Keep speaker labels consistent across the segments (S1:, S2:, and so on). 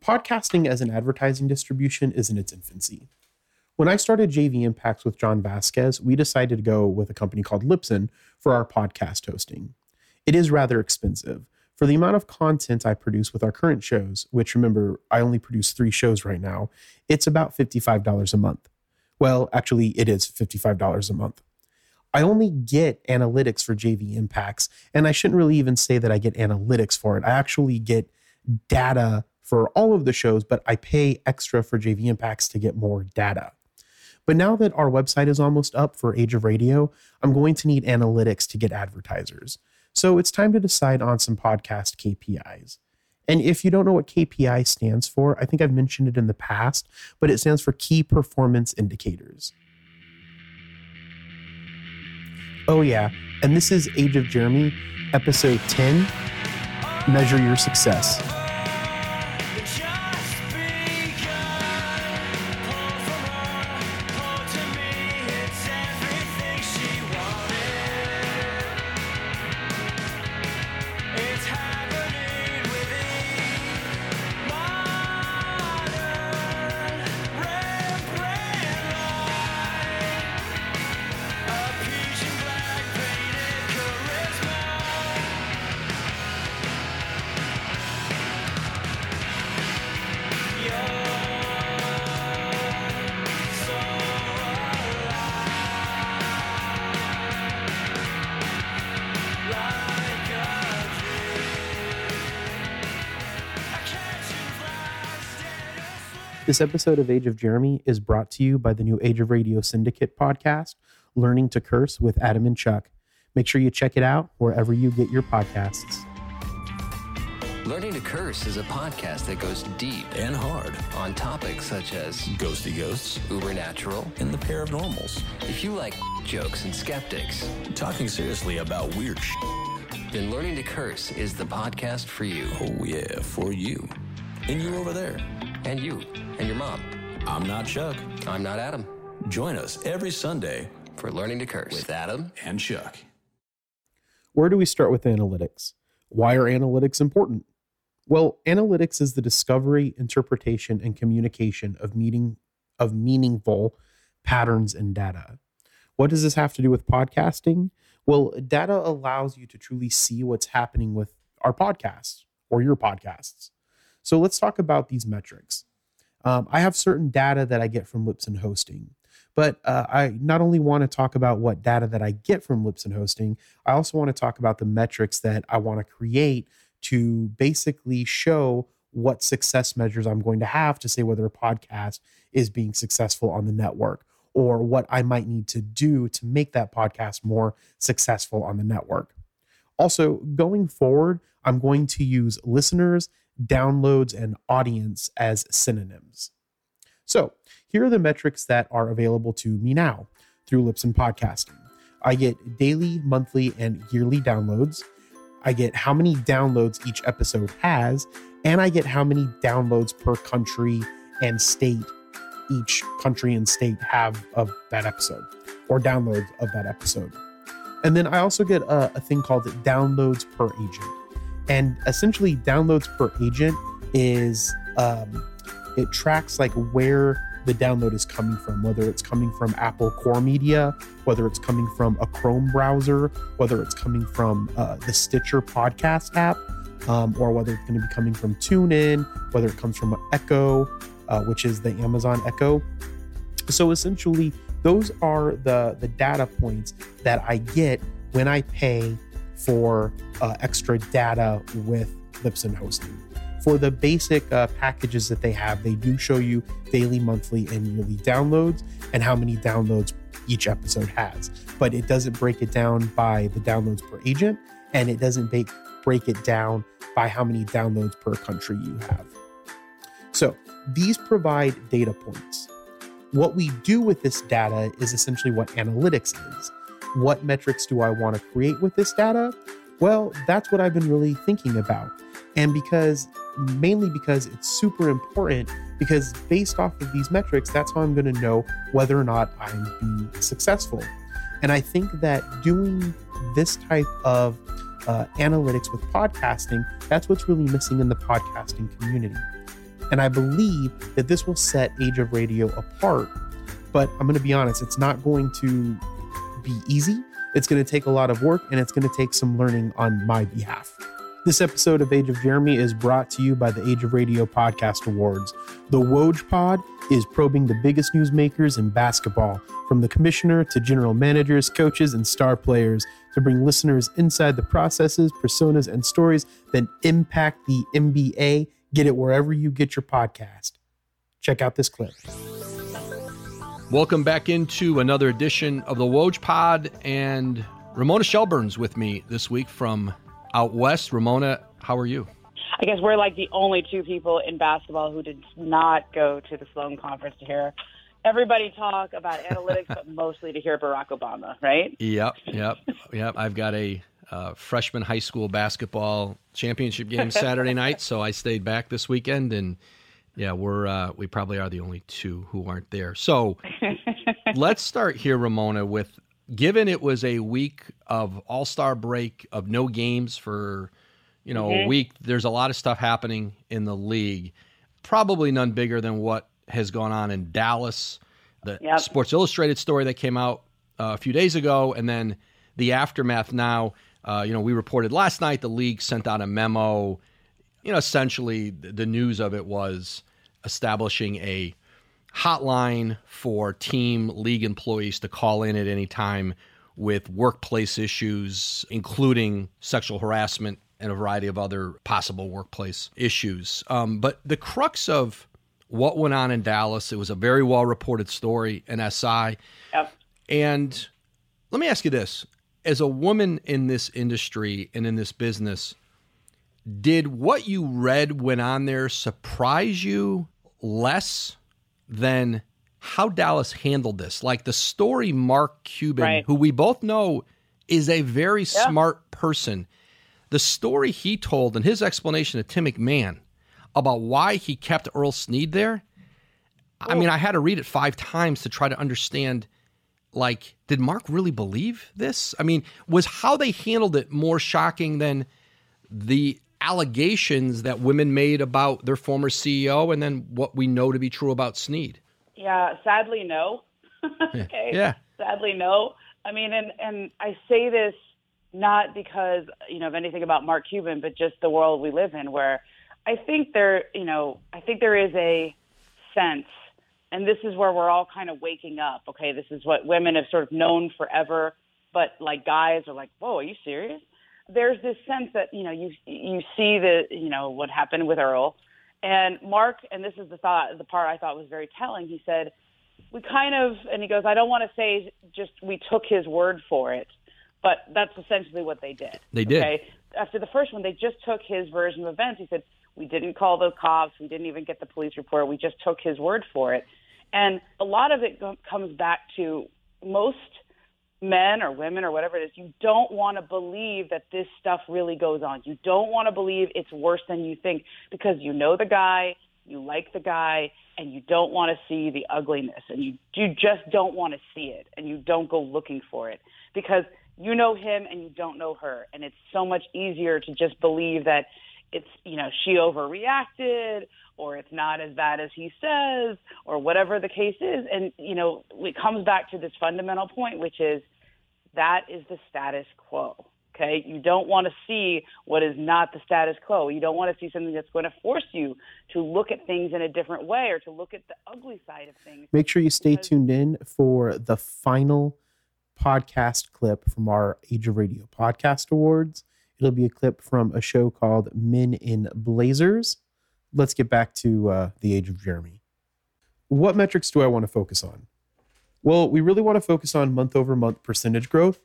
S1: podcasting as an advertising distribution is in its infancy. When I started JV Impacts with John Vasquez, we decided to go with a company called Lipson for our podcast hosting. It is rather expensive. For the amount of content I produce with our current shows, which remember, I only produce three shows right now, it's about $55 a month. Well, actually, it is $55 a month. I only get analytics for JV impacts, and I shouldn't really even say that I get analytics for it. I actually get data for all of the shows, but I pay extra for JV impacts to get more data. But now that our website is almost up for Age of Radio, I'm going to need analytics to get advertisers. So it's time to decide on some podcast KPIs. And if you don't know what KPI stands for, I think I've mentioned it in the past, but it stands for Key Performance Indicators. Oh, yeah, and this is Age of Jeremy, episode 10 Measure Your Success. This episode of Age of Jeremy is brought to you by the new Age of Radio Syndicate podcast, Learning to Curse with Adam and Chuck. Make sure you check it out wherever you get your podcasts.
S2: Learning to Curse is a podcast that goes deep
S3: and hard
S2: on topics such as
S3: ghosty ghosts
S2: supernatural.
S3: and the pair of normals,
S2: If you like jokes and skeptics,
S3: talking seriously about weird. Sh-
S2: then Learning to Curse is the podcast for you
S3: oh yeah, for you, and you over there.
S2: and you and your mom.
S3: I'm not Chuck.
S2: I'm not Adam
S3: Join us every Sunday
S2: for Learning to Curse with Adam.
S3: and Chuck.
S1: Where do we start with analytics? Why are analytics important? Well, analytics is the discovery, interpretation, and communication of meaning of meaningful patterns and data. What does this have to do with podcasting? Well, data allows you to truly see what's happening with our podcasts or your podcasts. So let's talk about these metrics. Um, I have certain data that I get from Lipson Hosting, but uh, I not only want to talk about what data that I get from Lipson Hosting, I also want to talk about the metrics that I want to create to basically show what success measures I'm going to have to say whether a podcast is being successful on the network or what I might need to do to make that podcast more successful on the network. Also, going forward, I'm going to use listeners, downloads, and audience as synonyms. So, here are the metrics that are available to me now through Lipson Podcasting. I get daily, monthly, and yearly downloads. I get how many downloads each episode has, and I get how many downloads per country and state each country and state have of that episode or downloads of that episode. And then I also get a, a thing called downloads per agent. And essentially, downloads per agent is um, it tracks like where the download is coming from, whether it's coming from Apple Core Media, whether it's coming from a Chrome browser, whether it's coming from uh, the Stitcher podcast app, um, or whether it's going to be coming from TuneIn, whether it comes from Echo, uh, which is the Amazon Echo. So essentially, those are the the data points that I get when I pay for uh, extra data with Lipson hosting. For the basic uh, packages that they have, they do show you daily, monthly, and yearly downloads and how many downloads each episode has. But it doesn't break it down by the downloads per agent, and it doesn't ba- break it down by how many downloads per country you have. So these provide data points. What we do with this data is essentially what analytics is. What metrics do I want to create with this data? Well, that's what I've been really thinking about. And because mainly because it's super important because based off of these metrics, that's how I'm going to know whether or not I'm being successful. And I think that doing this type of uh, analytics with podcasting, that's what's really missing in the podcasting community And I believe that this will set Age of Radio apart. But I'm going to be honest, it's not going to be easy. It's going to take a lot of work and it's going to take some learning on my behalf. This episode of Age of Jeremy is brought to you by the Age of Radio Podcast Awards. The Woj Pod is probing the biggest newsmakers in basketball, from the commissioner to general managers, coaches, and star players, to bring listeners inside the processes, personas, and stories that impact the NBA. Get it wherever you get your podcast. Check out this clip.
S4: Welcome back into another edition of the Woj Pod, and Ramona Shelburne's with me this week from out west. Ramona, how are you?
S5: I guess we're like the only two people in basketball who did not go to the Sloan Conference to hear everybody talk about analytics, but mostly to hear Barack Obama, right?
S4: Yep, yep, yep. I've got a uh, freshman high school basketball championship game Saturday night, so I stayed back this weekend, and yeah, we're uh, we probably are the only two who aren't there. So let's start here, Ramona, with given it was a week of All Star break of no games for you know a week. There's a lot of stuff happening in the league, probably none bigger than what has gone on in Dallas. The
S5: Yep.
S4: Sports Illustrated story that came out uh, a few days ago, and then the aftermath. Now, uh, you know, we reported last night the league sent out a memo. You know, essentially, th- the news of it was establishing a hotline for team league employees to call in at any time with workplace issues, including sexual harassment and a variety of other possible workplace issues. Um, but the crux of what went on in Dallas, it was a very well reported story in SI.
S5: Yep.
S4: And let me ask you this as a woman in this industry and in this business, did what you read went on there surprise you less than how Dallas handled this? Like the story Mark Cuban,
S5: Right.
S4: who we both know is a very smart person, the story he told and his explanation to Tim McMahon about why he kept Earl Sneed there. I mean, I had to read it five times to try to understand. Like, did Mark really believe this? I mean, was how they handled it more shocking than the allegations that women made about their former CEO and then what we know to be true about Sneed.
S5: Yeah, sadly, no. okay.
S4: Yeah.
S5: Sadly, no. I mean, and and I say this not because you know of anything about Mark Cuban, but just the world we live in, where I think there, you know, I think there is a sense, and this is where we're all kind of waking up. Okay, this is what women have sort of known forever, but like guys are like, whoa, are you serious? There's this sense that you know you you see the you know what happened with Earl, and Mark, and this is the thought the part I thought was very telling. He said we kind of and he goes i don't want to say just we took his word for it but that's essentially what they did
S4: They did.
S5: okay? after the first one they just took his version of events he said we didn't call the cops we didn't even get the police report we just took his word for it and a lot of it go- comes back to most men or women or whatever it is you don't want to believe that this stuff really goes on you don't want to believe it's worse than you think because you know the guy you like the guy and you don't want to see the ugliness and you you just don't want to see it and you don't go looking for it because you know him and you don't know her and it's so much easier to just believe that it's you know she overreacted or it's not as bad as he says or whatever the case is and you know it comes back to this fundamental point which is that is the status quo. Okay, you don't want to see what is not the status quo. You don't want to see something that's going to force you to look at things in a different way or to look at the ugly side of things.
S1: Make sure you stay
S5: Because-
S1: tuned in for the final podcast clip from our Age of Radio Podcast Awards. It'll be a clip from a show called Men in Blazers. Let's get back to uh, the Age of Jeremy. What metrics do I want to focus on? Well, we really want to focus on month over month percentage growth,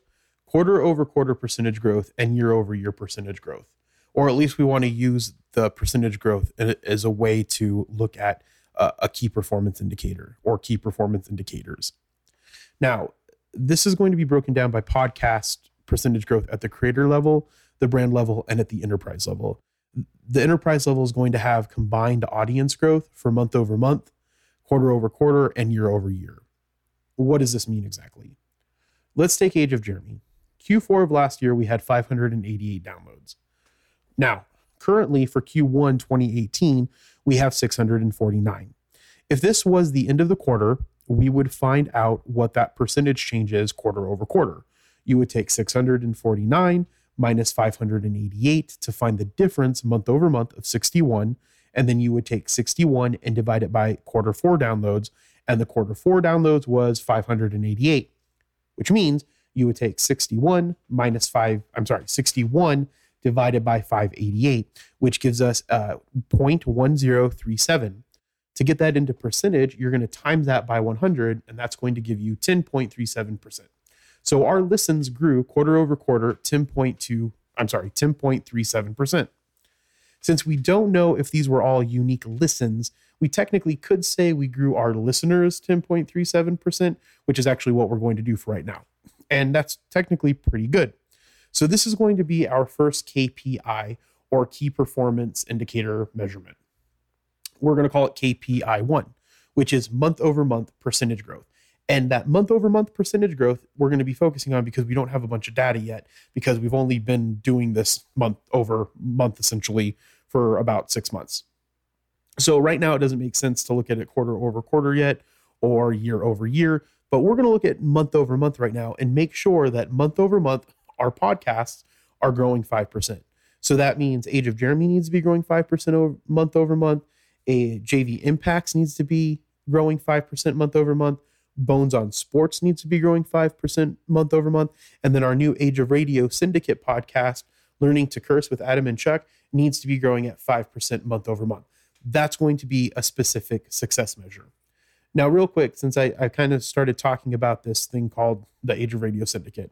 S1: quarter over quarter percentage growth, and year over year percentage growth. Or at least we want to use the percentage growth a- as a way to look at a, a key performance indicator or key performance indicators. Now, this is going to be broken down by podcast percentage growth at the creator level, the brand level, and at the enterprise level. The enterprise level is going to have combined audience growth for month over month, quarter over quarter, and year over year. What does this mean exactly? Let's take Age of Jeremy. Q4 of last year, we had 588 downloads. Now, currently for Q1 2018, we have 649. If this was the end of the quarter, we would find out what that percentage change is quarter over quarter. You would take 649 minus 588 to find the difference month over month of 61. And then you would take 61 and divide it by quarter four downloads. And the quarter four downloads was 588, which means you would take 61 minus 5, I'm sorry, 61 divided by 588, which gives us uh, 0.1037. To get that into percentage, you're going to times that by 100, and that's going to give you 10.37%. So our listens grew quarter over quarter 10.2, I'm sorry, 10.37%. Since we don't know if these were all unique listens, we technically could say we grew our listeners 10.37%, which is actually what we're going to do for right now. And that's technically pretty good. So this is going to be our first KPI or key performance indicator measurement. We're going to call it KPI 1, which is month over month percentage growth. And that month over month percentage growth we're going to be focusing on because we don't have a bunch of data yet because we've only been doing this month over month essentially for about 6 months. So right now it doesn't make sense to look at it quarter over quarter yet or year over year, but we're going to look at month over month right now and make sure that month over month our podcasts are growing 5%. So that means Age of Jeremy needs to be growing 5% over, month over month. A JV Impacts needs to be growing 5% month over month. Bones on Sports needs to be growing 5% month over month. And then our new Age of Radio Syndicate podcast, Learning to Curse with Adam and Chuck, needs to be growing at 5% month over month. That's going to be a specific success measure. Now, real quick, since I, I kind of started talking about this thing called the Age of Radio Syndicate,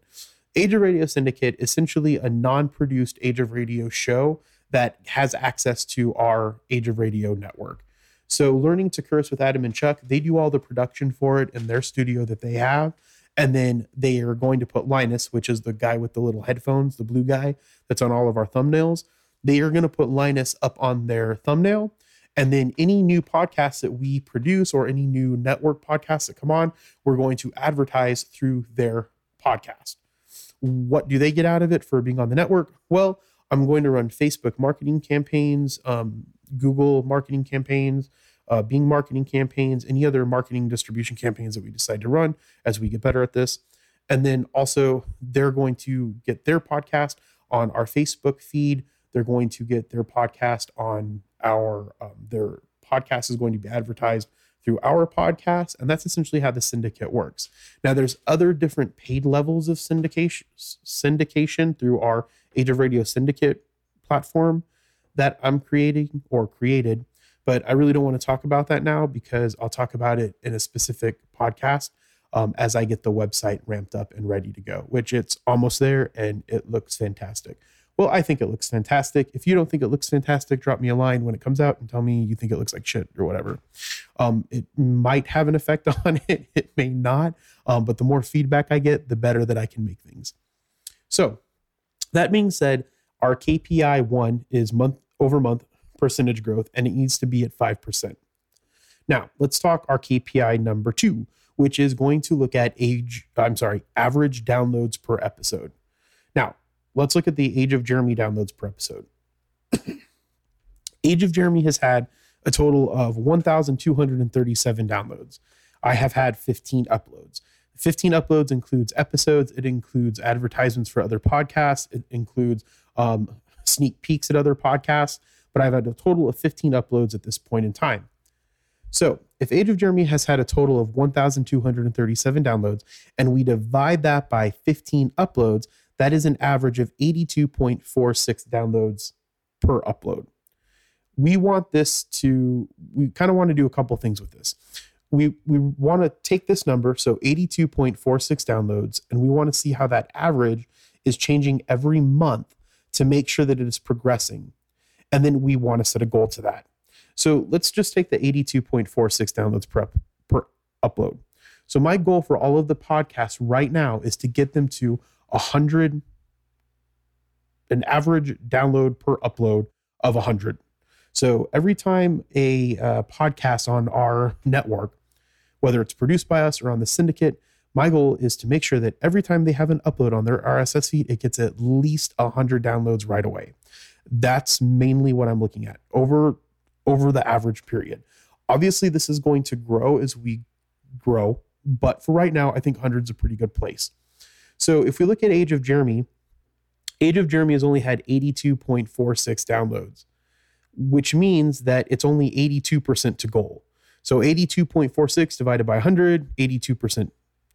S1: Age of Radio Syndicate essentially a non-produced Age of Radio show that has access to our Age of Radio network. So Learning to Curse with Adam and Chuck, they do all the production for it in their studio that they have. And then they are going to put Linus, which is the guy with the little headphones, the blue guy that's on all of our thumbnails. They are going to put Linus up on their thumbnail. And then any new podcasts that we produce or any new network podcasts that come on, we're going to advertise through their podcast what do they get out of it for being on the network? Well, I'm going to run Facebook marketing campaigns, um, Google marketing campaigns, uh, Bing marketing campaigns, any other marketing distribution campaigns that we decide to run as we get better at this. And then also, they're going to get their podcast on our Facebook feed. They're going to get their podcast on our, um, their podcast is going to be advertised through our podcast. And that's essentially how the syndicate works. Now, there's other different paid levels of syndication, syndication through our Age of Radio syndicate platform that I'm creating or created. But I really don't want to talk about that now because I'll talk about it in a specific podcast um, as I get the website ramped up and ready to go, which it's almost there and it looks fantastic. Well, I think it looks fantastic. If you don't think it looks fantastic, drop me a line when it comes out and tell me you think it looks like shit or whatever. Um, it might have an effect on it, it may not. Um, but the more feedback I get, the better that I can make things. So, that being said, our KPI one is month over month percentage growth, and it needs to be at 5%. Now, let's talk our KPI number two, which is going to look at age, I'm sorry, average downloads per episode. Now, let's look at the Age of Jeremy downloads per episode. Age of Jeremy has had a total of 1,237 downloads. I have had 15 uploads. 15 uploads includes episodes, it includes advertisements for other podcasts, it includes um, sneak peeks at other podcasts, but I've had a total of 15 uploads at this point in time. So, if Age of Jeremy has had a total of 1,237 downloads and we divide that by 15 uploads, that is an average of 82.46 downloads per upload. We want this to, we kind of want to do a couple things with this. We, we want to take this number, so 82.46 downloads, and we want to see how that average is changing every month to make sure that it is progressing. And then we want to set a goal to that. So let's just take the 82.46 downloads per, up, per upload. So my goal for all of the podcasts right now is to get them to 100 an average download per upload of 100 so every time a uh, podcast on our network whether it's produced by us or on the syndicate my goal is to make sure that every time they have an upload on their rss feed it gets at least 100 downloads right away that's mainly what i'm looking at over over the average period. Obviously, this is going to grow as we grow, but for right now, I think 100's a pretty good place. So if we look at Age of Jeremy, Age of Jeremy has only had 82.46 downloads, which means that it's only 82% to goal. So 82.46 divided by 100, 82%.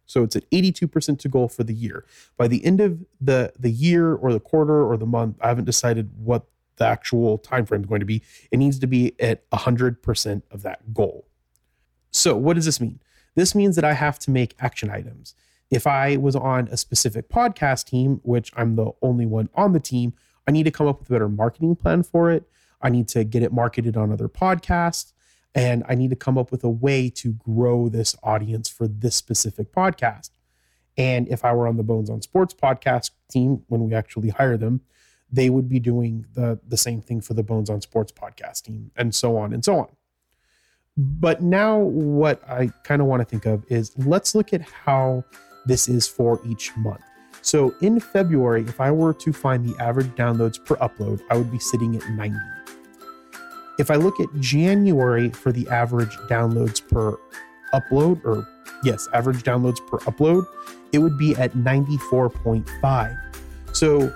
S1: So it's at 82% to goal for the year. By the end of the the year or the quarter or the month, I haven't decided what the actual time frame is going to be. It needs to be at 100% of that goal. So what does this mean? This means that I have to make action items. If I was on a specific podcast team, which I'm the only one on the team, I need to come up with a better marketing plan for it. I need to get it marketed on other podcasts. And I need to come up with a way to grow this audience for this specific podcast. And if I were on the Bones on Sports podcast team, when we actually hire them, they would be doing the, the same thing for the Bones on Sports podcast team, and so on and so on. But now, what I kind of want to think of is let's look at how this is for each month. So in February, if I were to find the average downloads per upload, I would be sitting at 90. If I look at January for the average downloads per upload, or yes, average downloads per upload, it would be at 94.5. So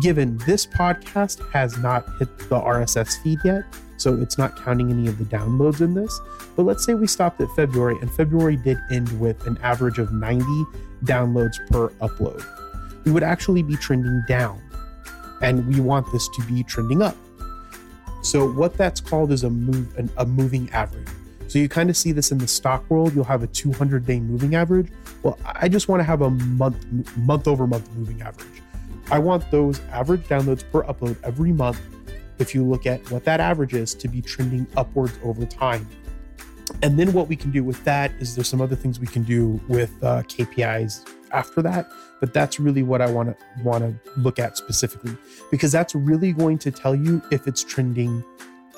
S1: given this podcast has not hit the RSS feed yet, so it's not counting any of the downloads in this. But let's say we stopped at February, and February did end with an average of 90 downloads per upload. We would actually be trending down, and we want this to be trending up. So what that's called is a move an, a moving average. So you kind of see this in the stock world. You'll have a 200 day moving average. Well, I just want to have a month month over month moving average. I want those average downloads per upload every month. If you look at what that average is, to be trending upwards over time. And then what we can do with that is there's some other things we can do with uh, KPIs after that, but that's really what I want to want to look at specifically because that's really going to tell you if it's trending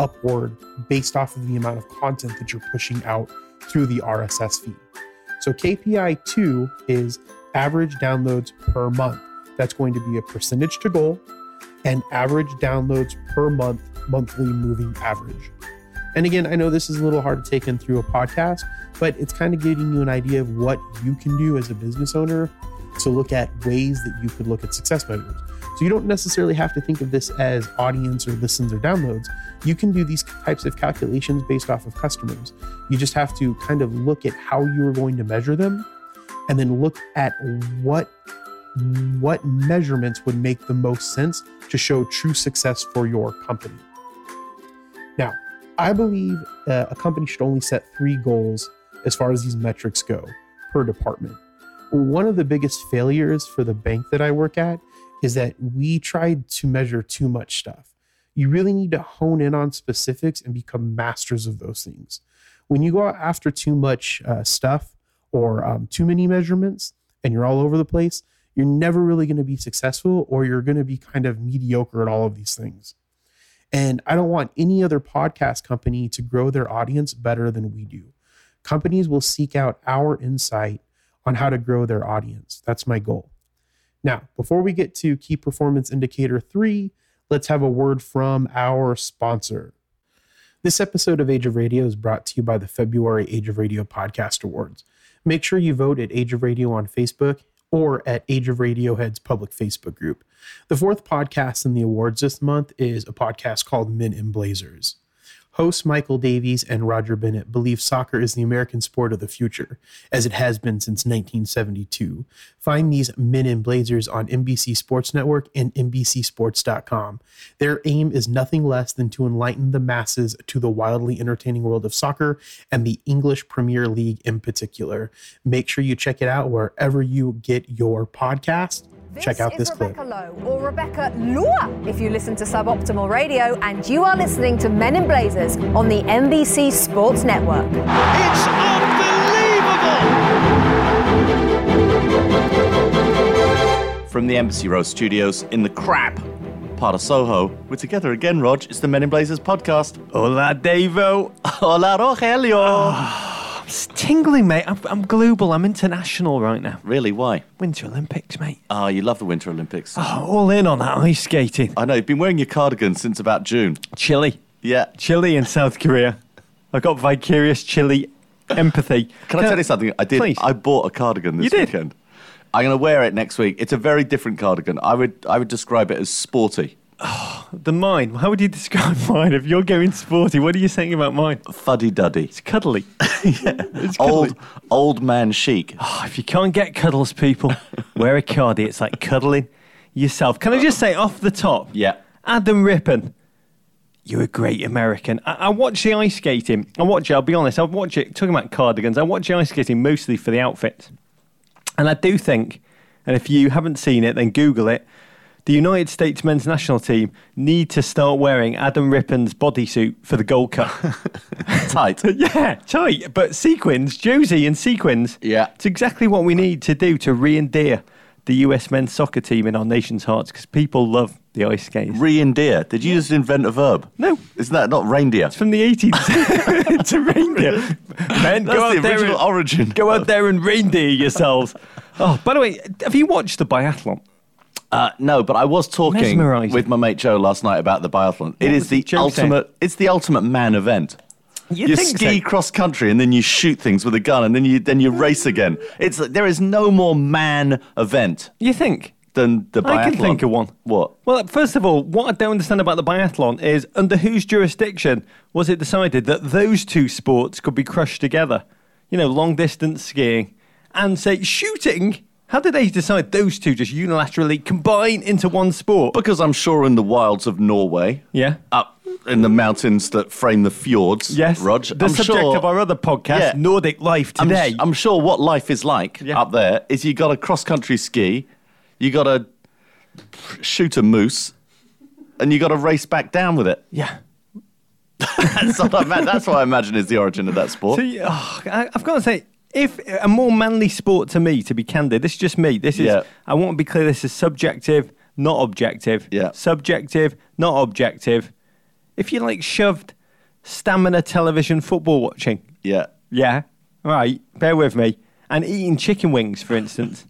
S1: upward based off of the amount of content that you're pushing out through the RSS feed. So KPI 2 is average downloads per month. That's going to be a percentage to goal and average downloads per month monthly moving average. And again, I know this is a little hard to take in through a podcast, but it's kind of giving you an idea of what you can do as a business owner to look at ways that you could look at success measures. So you don't necessarily have to think of this as audience or listens or downloads. You can do these types of calculations based off of customers. You just have to kind of look at how you are going to measure them and then look at what what measurements would make the most sense to show true success for your company. Now, I believe uh, a company should only set three goals as far as these metrics go per department. One of the biggest failures for the bank that I work at is that we tried to measure too much stuff. You really need to hone in on specifics and become masters of those things. When you go out after too much uh, stuff or um, too many measurements and you're all over the place, you're never really going to be successful or you're going to be kind of mediocre at all of these things. And I don't want any other podcast company to grow their audience better than we do. Companies will seek out our insight on how to grow their audience. That's my goal. Now, before we get to key performance indicator three, let's have a word from our sponsor. This episode of Age of Radio is brought to you by the February Age of Radio Podcast Awards. Make sure you vote at Age of Radio on Facebook or at Age of Radiohead's public Facebook group. The fourth podcast in the awards this month is a podcast called Men in Blazers. Hosts Michael Davies and Roger Bennett believe soccer is the American sport of the future, as it has been since 1972. Find these men in blazers on NBC Sports Network and NBCSports.com. Their aim is nothing less than to enlighten the masses to the wildly entertaining world of soccer and the English Premier League in particular. Make sure you check it out wherever you get your podcast. check out this
S6: is
S1: clip.
S6: Rebecca Lowe, or Rebecca Lua, if you listen to Suboptimal Radio, and you are listening to Men in Blazers on the NBC Sports Network.
S7: It's unbelievable!
S8: From the Embassy Row Studios in the crap part of Soho, we're together again, Rog. It's the Men in Blazers podcast.
S7: Hola, Devo.
S8: Hola, Rogelio.
S7: It's tingling, mate. I'm, I'm global. I'm international right now.
S8: really, why?
S7: Winter Olympics, mate.
S8: Ah, you love the Winter Olympics.
S7: Oh, all in on that ice skating.
S8: I know, you've been wearing your cardigan since about June.
S7: Chilly.
S8: Yeah.
S3: Chile and South Korea. I got vicarious Chile empathy.
S8: Can I tell you something? I did.
S3: Please.
S8: I bought a cardigan this
S3: You did?
S8: weekend. I'm going to wear it next week. It's a very different cardigan. I would I would describe it as sporty,
S3: The mine. How would you describe mine? If you're going sporty, what are you saying about mine?
S8: fuddy duddy,
S3: It's cuddly. it's cuddly.
S8: old old man chic.
S3: Oh, if you can't get cuddles, people, wear a cardie. It's like cuddling yourself. Can I just say off the top?
S8: Yeah.
S3: Adam Rippon, you're a great American. I, I watch the ice skating. I watch it, I'll be honest, I watch it, talking about cardigans, I watch the ice skating mostly for the outfits. And I do think, and if you haven't seen it, then Google it. The United States men's national team need to start wearing Adam Rippon's bodysuit for the Gold Cup.
S8: Tight.
S3: Yeah, tight. But sequins, Josie and sequins.
S8: Yeah.
S3: It's exactly what we need to do to re endear the US men's soccer team in our nation's hearts because people love the ice skates.
S8: Reindeer. Did you just invent a verb?
S3: No.
S8: Isn't that not reindeer?
S3: It's from the 18th to reindeer. Men,
S8: That's
S3: go out
S8: the
S3: there
S8: original
S3: and,
S8: origin.
S3: Go out there and reindeer yourselves. oh, by the way, have you watched the biathlon?
S8: Uh, no, but I was talking
S3: Mesmerising.
S8: with my mate Joe last night about the biathlon. It is
S3: was it
S8: the
S3: Joe said?
S8: ultimate. It's the ultimate man event.
S3: You think
S8: ski
S3: so?
S8: cross country and then you shoot things with a gun and then you then you race again. It's there is no more man event
S3: You think?
S8: than the biathlon.
S3: I can think of one.
S8: What?
S3: Well, first of all, what I don't understand about the biathlon is under whose jurisdiction was it decided that those two sports could be crushed together? You know, long distance skiing and say shooting. How did they decide those two just unilaterally combine into one sport?
S8: Because I'm sure in the wilds of Norway,
S3: yeah.
S8: up in the mountains that frame the fjords,
S3: Yes,
S8: Rog,
S3: the
S8: I'm
S3: subject
S8: sure,
S3: of our other podcast,
S8: Yeah.
S3: Nordic Life
S8: I'm,
S3: Today.
S8: I'm sure what life is like
S3: Yeah.
S8: up there is you got to cross country ski, you got to shoot a moose, and you got to race back down with it.
S3: yeah.
S8: That's what I, ima- that's what I imagine is the origin of that sport.
S3: So, you- oh, I, I've got to say, if a more manly sport to me, to be candid, this is just me. This is,
S8: Yeah.
S3: I want to be clear, this is subjective, not objective.
S8: Yeah.
S3: Subjective, not objective. If you like shoved stamina television football watching,
S8: yeah.
S3: yeah, right, bear with me, and eating chicken wings, for instance,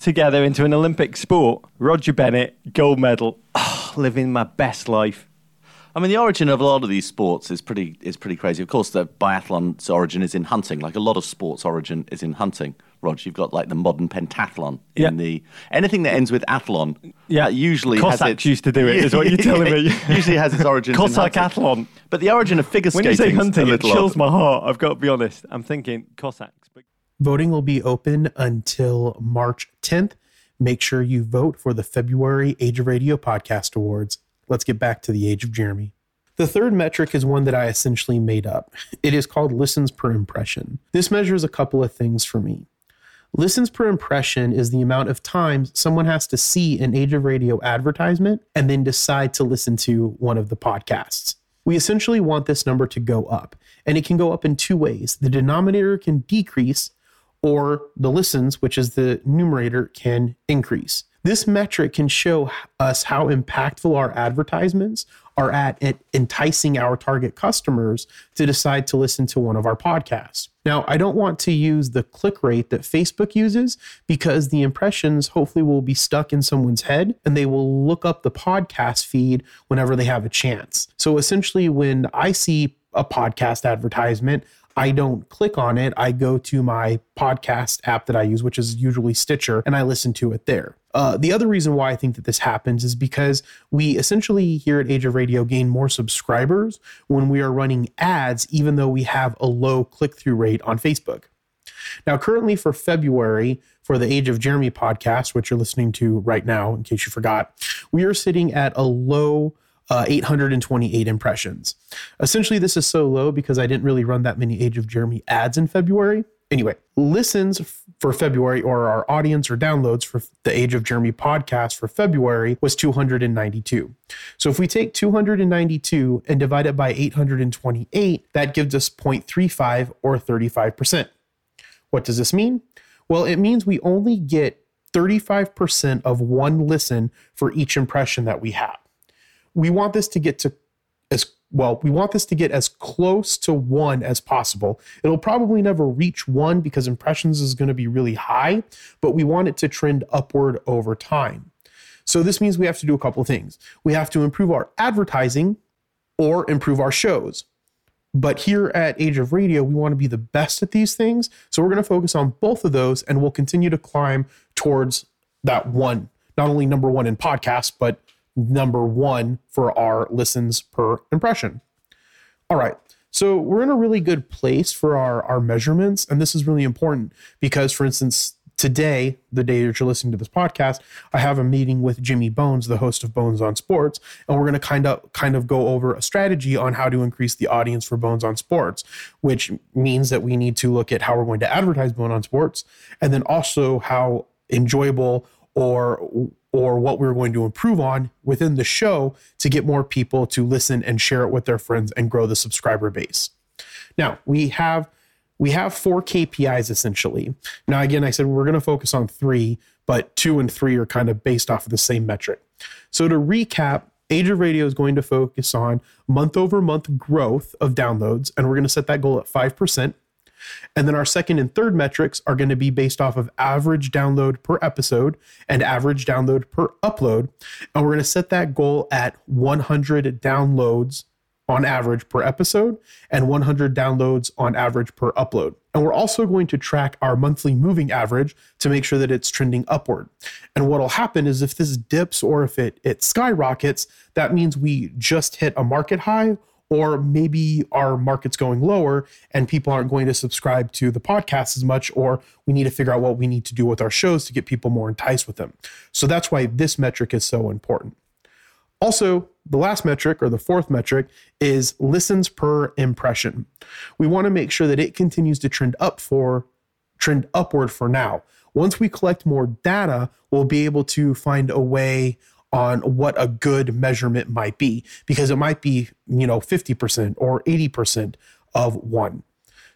S3: together into an Olympic sport, Roger Bennett, gold medal, oh, living my best life.
S8: I mean, the origin of a lot of these sports is pretty is pretty crazy. Of course, the biathlon's origin is in hunting. Like a lot of sports' origin is in hunting. Rog, you've got like the modern pentathlon in
S3: Yeah.
S8: the anything that ends with athlon.
S3: Yeah.
S8: that usually has
S3: Cossacks
S8: its-
S3: used to do it, is what you're telling me.
S8: usually has its origin.
S3: Cossack athlon.
S8: But the origin of figure
S3: When
S8: skating
S3: you say hunting,
S8: a
S3: it
S8: little
S3: chills
S8: odd.
S3: my heart. I've got to be honest. I'm thinking Cossacks. But
S1: Voting will be open until March 10th. Make sure you vote for the February Age of Radio Podcast Awards. Let's get back to the Age of Jeremy. The third metric is one that I essentially made up. It is called listens per impression. This measures a couple of things for me. Listens per impression is the amount of times someone has to see an Age of Radio advertisement and then decide to listen to one of the podcasts. We essentially want this number to go up, and it can go up in two ways. The denominator can decrease, or the listens, which is the numerator, can increase. This metric can show us how impactful our advertisements are at, at enticing our target customers to decide to listen to one of our podcasts. Now, I don't want to use the click rate that Facebook uses because the impressions hopefully will be stuck in someone's head and they will look up the podcast feed whenever they have a chance. So essentially, when I see a podcast advertisement, I don't click on it. I go to my podcast app that I use, which is usually Stitcher, and I listen to it there. Uh, the other reason why I think that this happens is because we essentially here at Age of Radio gain more subscribers when we are running ads, even though we have a low click through rate on Facebook. Now, currently for February, for the Age of Jeremy podcast, which you're listening to right now, in case you forgot, we are sitting at a low uh, 828 impressions. Essentially, this is so low because I didn't really run that many Age of Jeremy ads in February. Anyway, listens f- for February or our audience or downloads for the Age of Jeremy podcast for February was 292. So if we take 292 and divide it by 828, that gives us 0.35 or 35%. What does this mean? Well, it means we only get 35% of one listen for each impression that we have. We want this to get to as well, we want this to get as close to one as possible. It'll probably never reach one because impressions is going to be really high, but we want it to trend upward over time. So this means we have to do a couple of things. We have to improve our advertising or improve our shows. But here at Age of Radio, we want to be the best at these things. So we're going to focus on both of those and we'll continue to climb towards that one, not only number one in podcasts, but number one for our listens per impression. All right. So we're in a really good place for our, our measurements. And this is really important because, for instance, today, the day that you're listening to this podcast, I have a meeting with Jimmy Bones, the host of Bones on Sports, and we're going to kind of kind of go over a strategy on how to increase the audience for Bones on Sports, which means that we need to look at how we're going to advertise Bones on Sports, and then also how enjoyable or or what we're going to improve on within the show to get more people to listen and share it with their friends and grow the subscriber base. Now, we have we have four KPIs essentially. Now, again, I said we're going to focus on three, but two and three are kind of based off of the same metric. So to recap, Age of Radio is going to focus on month over month growth of downloads, and we're going to set that goal at 5%. And then our second and third metrics are going to be based off of average download per episode and average download per upload. And we're going to set that goal at 100 downloads on average per episode and 100 downloads on average per upload. And we're also going to track our monthly moving average to make sure that it's trending upward. And what'll happen is if this dips or if it it skyrockets, that means we just hit a market high or maybe our market's going lower and people aren't going to subscribe to the podcast as much, or we need to figure out what we need to do with our shows to get people more enticed with them. So that's why this metric is so important. Also, the last metric or the fourth metric is listens per impression. We want to make sure that it continues to trend up for trend upward for now. Once we collect more data, we'll be able to find a way on what a good measurement might be because it might be, you know, 50% or 80% of one.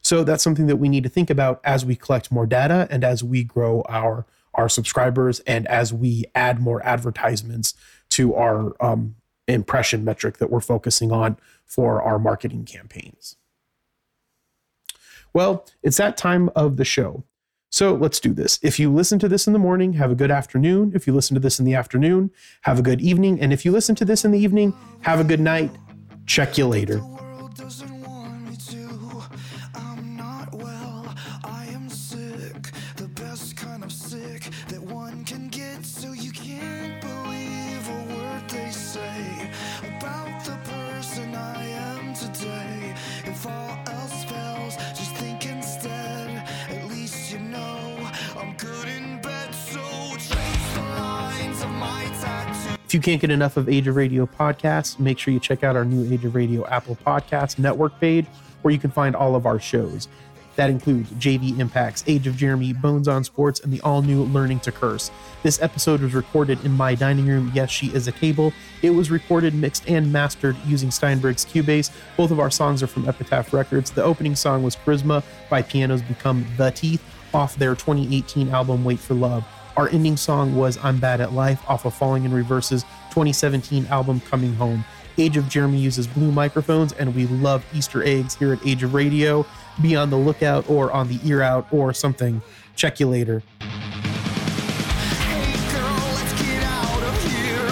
S1: So that's something that we need to think about as we collect more data and as we grow our our subscribers and as we add more advertisements to our um, impression metric that we're focusing on for our marketing campaigns. Well, it's that time of the show. So let's do this. If you listen to this in the morning, have a good afternoon. If you listen to this in the afternoon, have a good evening. And if you listen to this in the evening, have a good night. Check you later.
S9: world doesn't want me to. I'm not well, I am sick. The best kind of sick that one can get, so you can't believe a word they say about the person I am today. If all else fails, just think instead. At least you know I'm good in bed, so trace the lines of my tattoo.
S1: If you can't get enough of Age of Radio podcasts, make sure you check out our new Age of Radio Apple Podcast Network page where you can find all of our shows. That includes JV Impacts, Age of Jeremy, Bones on Sports, and the all new Learning to Curse. This episode was recorded in my dining room. Yes, she is a table. It was recorded, mixed, and mastered using Steinberg's Cubase. Both of our songs are from Epitaph Records. The opening song was Charisma by Pianos Become the Teeth off their 2018 album Wait for Love. Our ending song was I'm Bad at Life off of Falling in Reverse's 2017 album Coming Home. Age of Jeremy uses blue microphones, and we love Easter eggs here at Age of Radio. Be on the lookout or on the ear out or something. Check you later.
S9: Hey girl, let's get out of here.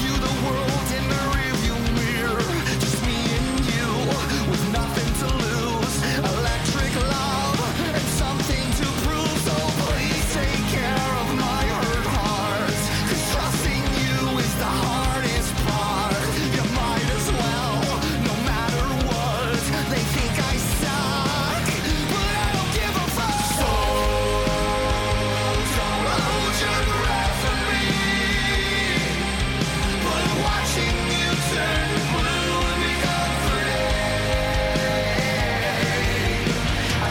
S9: View the world in the rearview mirror. Just me and you, with nothing to lose. Electric love and something to prove. So please take care of my hurt heart. 'Cause trusting you is the hardest part. You might as well, no matter what. They think I suck, but I don't give a fuck. So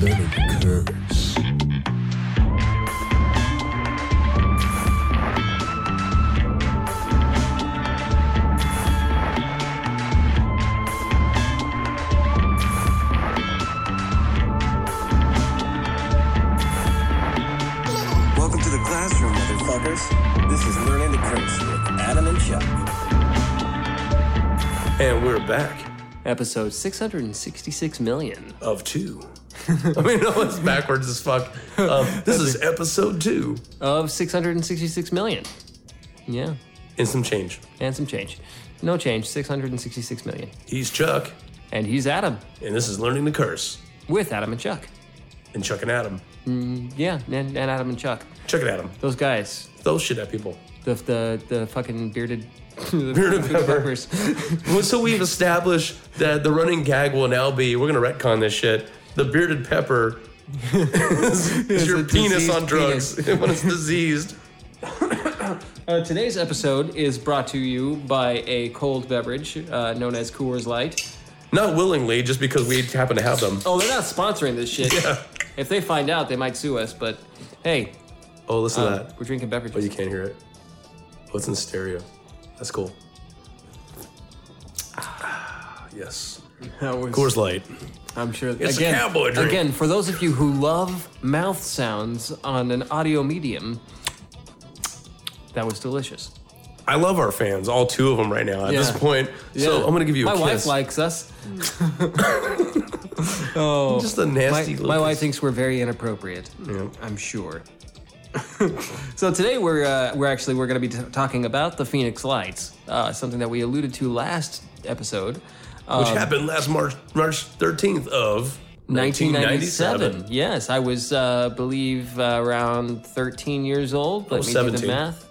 S3: Learning to curse.
S10: Welcome to the classroom, motherfuckers. This is Learning to Curse with Adam and Chuck.
S3: And we're back
S10: Episode 666 million.
S3: of two. I mean, no, it's backwards as fuck. Um, this is episode two
S10: Of 666 million. Yeah.
S3: and some change.
S10: And some change. No change, 666 million.
S3: He's Chuck,
S10: And he's Adam
S3: and this is Learning to Curse.
S10: with Adam and Chuck.
S3: And Chuck and Adam.
S10: Yeah, and, and Adam and Chuck.
S3: Chuck and Adam.
S10: Those guys,
S3: Those shit at people.
S10: the the, the fucking bearded.
S3: Bearded pepper.
S10: peppers.
S3: Well, So we've established that the running gag will now be we're going to retcon this shit. The bearded pepper is, is your
S10: a
S3: penis
S10: diseased
S3: on drugs when it's diseased.
S10: Uh, today's episode is brought to you by a cold beverage uh, known as Coors Light.
S3: Not willingly, just because we happen to have them.
S10: Oh, they're not sponsoring this shit. If they find out, they might sue us. But hey,
S3: Oh, listen
S10: um,
S3: to that.
S10: we're drinking beverages.
S3: Oh, you can't hear it. Oh, it's in stereo. That's cool. Ah, Yes.
S10: That was-
S3: Coors Light.
S10: I'm sure.
S3: It's a
S10: again,
S3: cowboy drink.
S10: Again, for those of you who love mouth sounds on an audio medium, that was delicious.
S3: I love our fans, all two of them right now at
S10: Yeah.
S3: this point. So
S10: Yeah.
S3: I'm going to give you a
S10: My wife
S3: kiss.
S10: likes us.
S3: Just a
S10: My,
S3: nasty
S10: my
S3: little
S10: wife thinks we're very inappropriate. I'm sure. so today we're uh, we're actually we're going to be t- talking about the Phoenix Lights, uh, something that we alluded to last episode.
S3: which
S10: um,
S3: happened last March March 13th of
S10: 1997. Yes, I was, uh, believe, uh, around 13 years old. Let
S3: was
S10: me do
S3: 17.
S10: the math.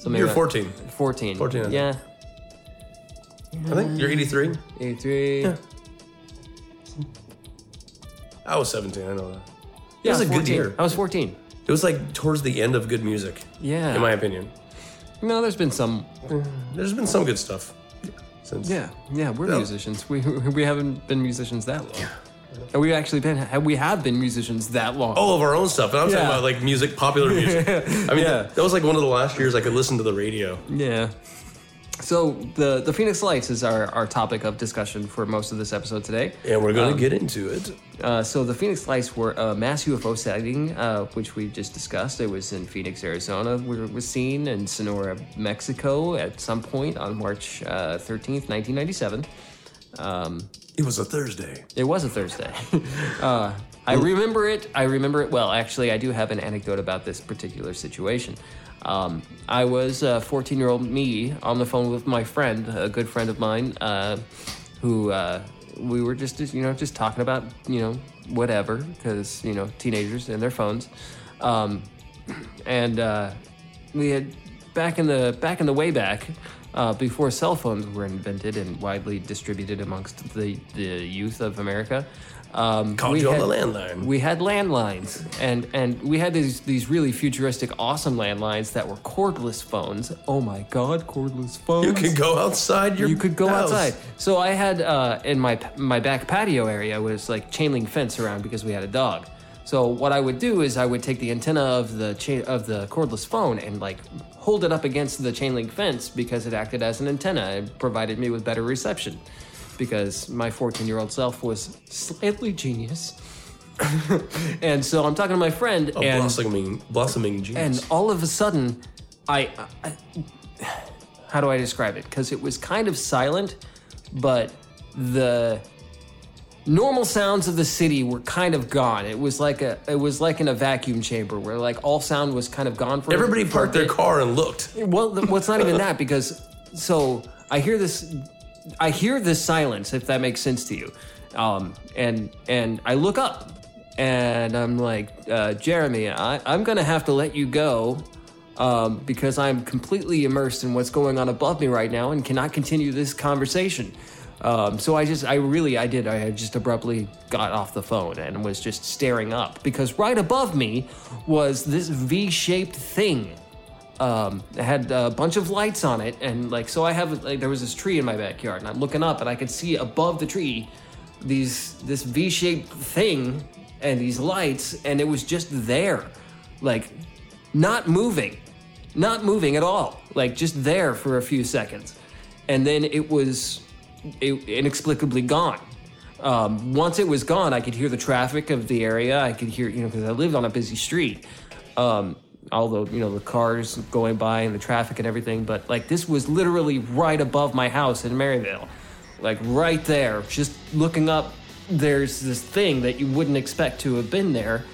S10: So
S3: You're
S10: about
S3: 14.
S10: 14.
S3: 14, I think.
S10: Yeah.
S3: I think you're 83.
S10: 83. Yeah.
S3: I was 17. I know that. it was a good
S10: 14.
S3: year.
S10: I was 14.
S3: It was like towards the end of good music,
S10: Yeah.
S3: in my opinion.
S10: no, there's been some.
S3: There's been some good stuff since.
S10: Yeah. Yeah, we're musicians. We we haven't been musicians that long. And we've actually been, we have been musicians that long.
S3: All of our own stuff. And I'm talking
S10: Yeah.
S3: about like music, popular music. I mean,
S10: Yeah.
S3: that, was like one of the last years I could listen to the radio.
S10: Yeah. So the, the Phoenix Lights is our, our topic of discussion for most of this episode today.
S3: And we're
S10: Um,
S3: going to get into it.
S10: Uh, so the Phoenix Lights were a mass UFO sighting, uh, which we just discussed. It was in Phoenix, Arizona, where it was seen, and Sonora, Mexico, at some point on March uh, thirteenth, nineteen ninety-seven.
S3: It was a Thursday.
S10: It was a Thursday. uh, I remember it. I remember it well. Actually, I do have an anecdote about this particular situation. Um, I was uh, 14 year old me on the phone with my friend, a good friend of mine, uh, who uh, we were just, just, you know, just talking about, you know, whatever, because, you know, teenagers and their phones. Um, and uh, we had back in the back in the way back uh, before cell phones were invented and widely distributed amongst the, the youth of America. Um,
S3: Called you on the landline.
S10: We had landlines, and and we had these these really futuristic, awesome landlines that were cordless phones. Oh my God, cordless phones!
S3: You could go outside your
S10: You could go
S3: house.
S10: outside. So I had uh, in my my back patio area was like chain link fence around because we had a dog. So what I would do is I would take the antenna of the chain of the cordless phone and like hold it up against the chain link fence because it acted as an antenna and provided me with better reception. Because my 14 year old self was slightly genius. and so I'm talking to my friend
S3: A
S10: and
S3: blossoming, blossoming genius.
S10: and all of a sudden, I, I how do I describe it? Because it was kind of silent, but the normal sounds of the city were kind of gone. It was like a it was like in a vacuum chamber where like all sound was kind of gone for
S3: Everybody
S10: for a
S3: parked their
S10: bit.
S3: car and looked.
S10: Well, th- well, it's not even that because so I hear this, I hear this silence. If that makes sense to you, um, and and I look up and I'm like, uh, Jeremy, I, I'm gonna have to let you go um, because I'm completely immersed in what's going on above me right now and cannot continue this conversation. Um, so I just, I really, I did. I just abruptly got off the phone and was just staring up because right above me was this V-shaped thing um, it had a bunch of lights on it, and like so, I have like there was this tree in my backyard, and I'm looking up, and I could see above the tree these this V-shaped thing and these lights, and it was just there, like not moving, not moving at all, like just there for a few seconds, and then it was it, inexplicably gone. Um, once it was gone, I could hear the traffic of the area. I could hear, you know, because I lived on a busy street. Um, although, you know, the cars going by and the traffic and everything. But like this was literally right above my house in Maryville, like right there. Just looking up, there's this thing that you wouldn't expect to have been there,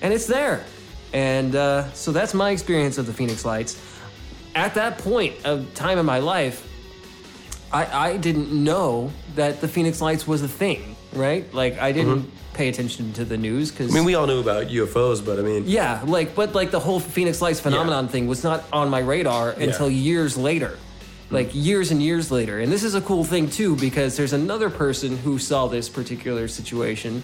S10: and it's there. And uh, so that's my experience of the Phoenix Lights. At that point of time in my life, I, I didn't know that the Phoenix Lights was a thing, right? Like I didn't pay attention to the news because
S3: Mm-hmm. I mean, we all knew about UFOs, but I mean,
S10: yeah, like but like the whole Phoenix Lights phenomenon thing was not on my radar until years later, like
S3: Hmm.
S10: years and years later. And this is a cool thing too because there's another person who saw this particular situation,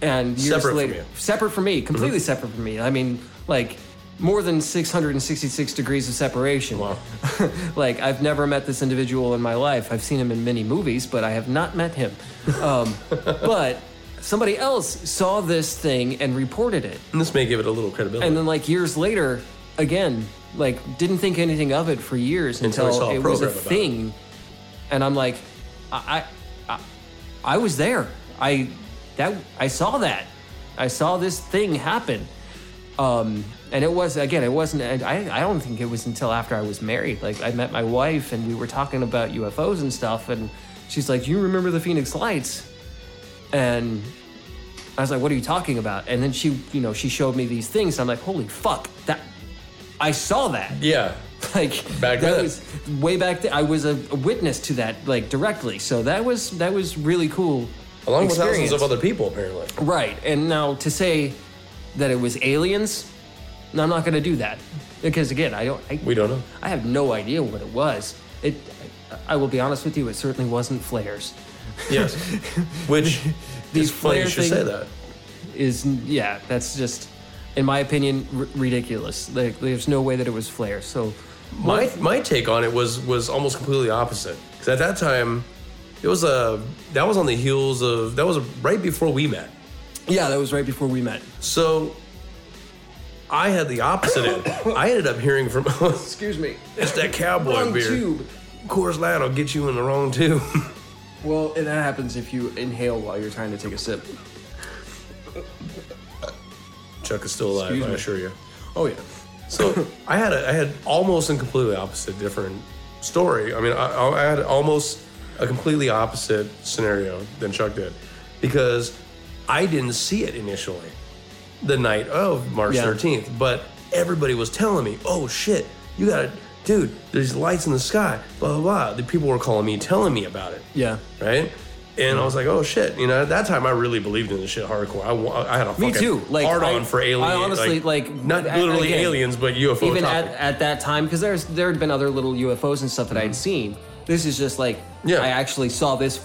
S10: and years
S3: Separate from
S10: later,
S3: you. Mm-hmm.
S10: separate from me, completely separate from me. I mean, like more than 666 degrees of separation. like I've never met this individual in my life. I've seen him in many movies, but I have not met him. Um, but somebody else saw this thing and reported it.
S3: and this may give it a little credibility.
S10: And then like years later, again, like didn't think anything of it for years
S3: Until
S10: until,
S3: I saw a
S10: it was a
S3: program about it.
S10: thing. And I'm like, I, I, I, I was there. I that I saw that. I saw this thing happen. Um, and it was again, it wasn't. and I I don't think it was until after I was married. Like I met my wife and we were talking about UFOs and stuff, and she's like, "You remember the Phoenix Lights?" And I was like, "What are you talking about?" And then she, you know, she showed me these things. I'm like, "Holy fuck! That I saw that."
S3: yeah,
S10: Like
S3: Back
S10: that
S3: then.
S10: was way back then. I was a, a witness to that, like directly. So that was that was really cool.
S3: along with
S10: experience.
S3: thousands of other people, apparently.
S10: Right. And now to say that it was aliens, no, I'm not going to do that because again, I don't. I,
S3: We don't know.
S10: I have no idea what it was. It. I I will be honest with you. It certainly wasn't flares.
S3: Yes, which
S10: These
S3: is funny you
S10: flare
S3: should say
S10: thing-
S3: that.
S10: is yeah that's just in my opinion r- ridiculous like there's no way that it was flair so
S3: My my take on it was was almost completely opposite because at that time, it was a that was on the heels of that was right before we met.
S10: yeah that was right before we met
S3: So I had the opposite end. I ended up hearing from excuse me, it's that cowboy
S10: Wrong
S3: beer.
S10: tube.
S3: Coors Light will get you in the wrong tube.
S10: well and that happens if you inhale while you're trying to take a sip
S3: Chuck is still alive,
S10: Excuse
S3: I
S10: me.
S3: assure you.
S10: oh yeah
S3: So I had a, I had almost and completely opposite different story. I mean, I, I had almost a completely opposite scenario than Chuck did because I didn't see it initially the night of March
S10: Yeah.
S3: 13th, but everybody was telling me, "Oh shit, you got to dude, there's lights in the sky." Blah blah blah. The people were calling me, telling me about it
S10: yeah
S3: right? And I was like, oh shit, you know. At that time, I really believed in this shit hardcore. I, wa- I had a
S10: Me
S3: fucking
S10: too, like,
S3: hard
S10: I-
S3: on for
S10: I
S3: aliens.
S10: honestly, like,
S3: not
S10: I-
S3: literally
S10: again,
S3: aliens, but UFO.
S10: even at,
S3: topic.
S10: at that time because there's there had been other little ufos and stuff that i'd seen this is just like
S3: Mm-hmm. Yeah.
S10: i actually saw this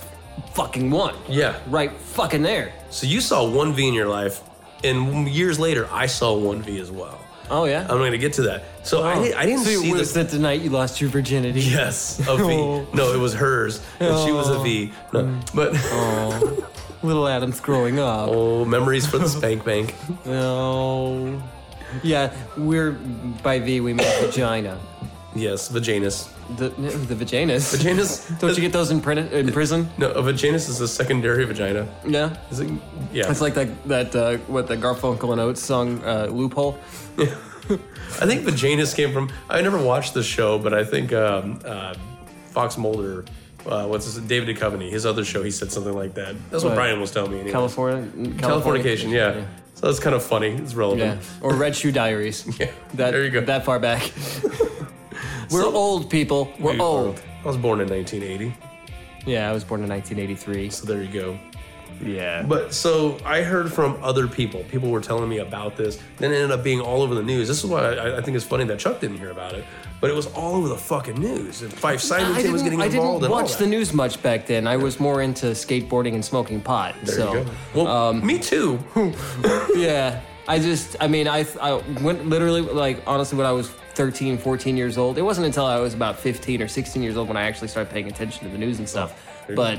S10: fucking one
S3: Yeah.
S10: right fucking there
S3: so you saw one V in your life, and years later, I saw one V as well.
S10: oh yeah
S3: I'm going to get to that. So I, di- I didn't
S10: Oh. so
S3: Oh. see
S10: it
S3: the
S10: was that the night you lost your virginity Oh,
S3: yes a V. No, it was hers, and she was a V. No,
S10: Mm.
S3: but
S10: little adam's growing up
S3: oh, memories for the spank bank.
S10: No. Yeah, we're by V we mean vagina.
S3: Yes, vaginus.
S10: The the vaginas.
S3: Vaginus.
S10: Don't you get those in, prin- in prison?
S3: No, a vaginus is a secondary vagina.
S10: Yeah.
S3: Is it? Yeah.
S10: It's like that that uh, what the Garfunkel and Oates song uh, loophole.
S3: I think Vaginus came from. I never watched the show, but I think um, uh, Fox Mulder, uh, what's his David Duchovny, his other show, he said something like that. That's what
S10: Right.
S3: Brian was telling me. Anyway.
S10: California. California-
S3: Californication, yeah. So that's kind of funny. It's
S10: Yeah.
S3: relevant.
S10: Or Red Shoe Diaries.
S3: Yeah,
S10: That,
S3: there you go.
S10: That far back. we're old people. We're
S3: Dude,
S10: old.
S3: I was born in 1980,
S10: Yeah, I was born in 1983.
S3: so there you go.
S10: Yeah.
S3: But so I heard from other people. People were telling me about this. Then it ended up being all over the news. This is why I, I think it's funny that Chuck didn't hear about it. But it was all over the fucking news. And Five
S10: I
S3: Simonton
S10: didn't,
S3: was getting
S10: I
S3: involved.
S10: didn't
S3: and all
S10: watch
S3: that.
S10: the news much back then. I was more into skateboarding and smoking pot.
S3: There
S10: so um,
S3: you go. Well, me too.
S10: yeah i just i mean i i went literally like honestly when i was 13 14 years old it wasn't until i was about 15 or 16 years old when i actually started paying attention to the news and stuff but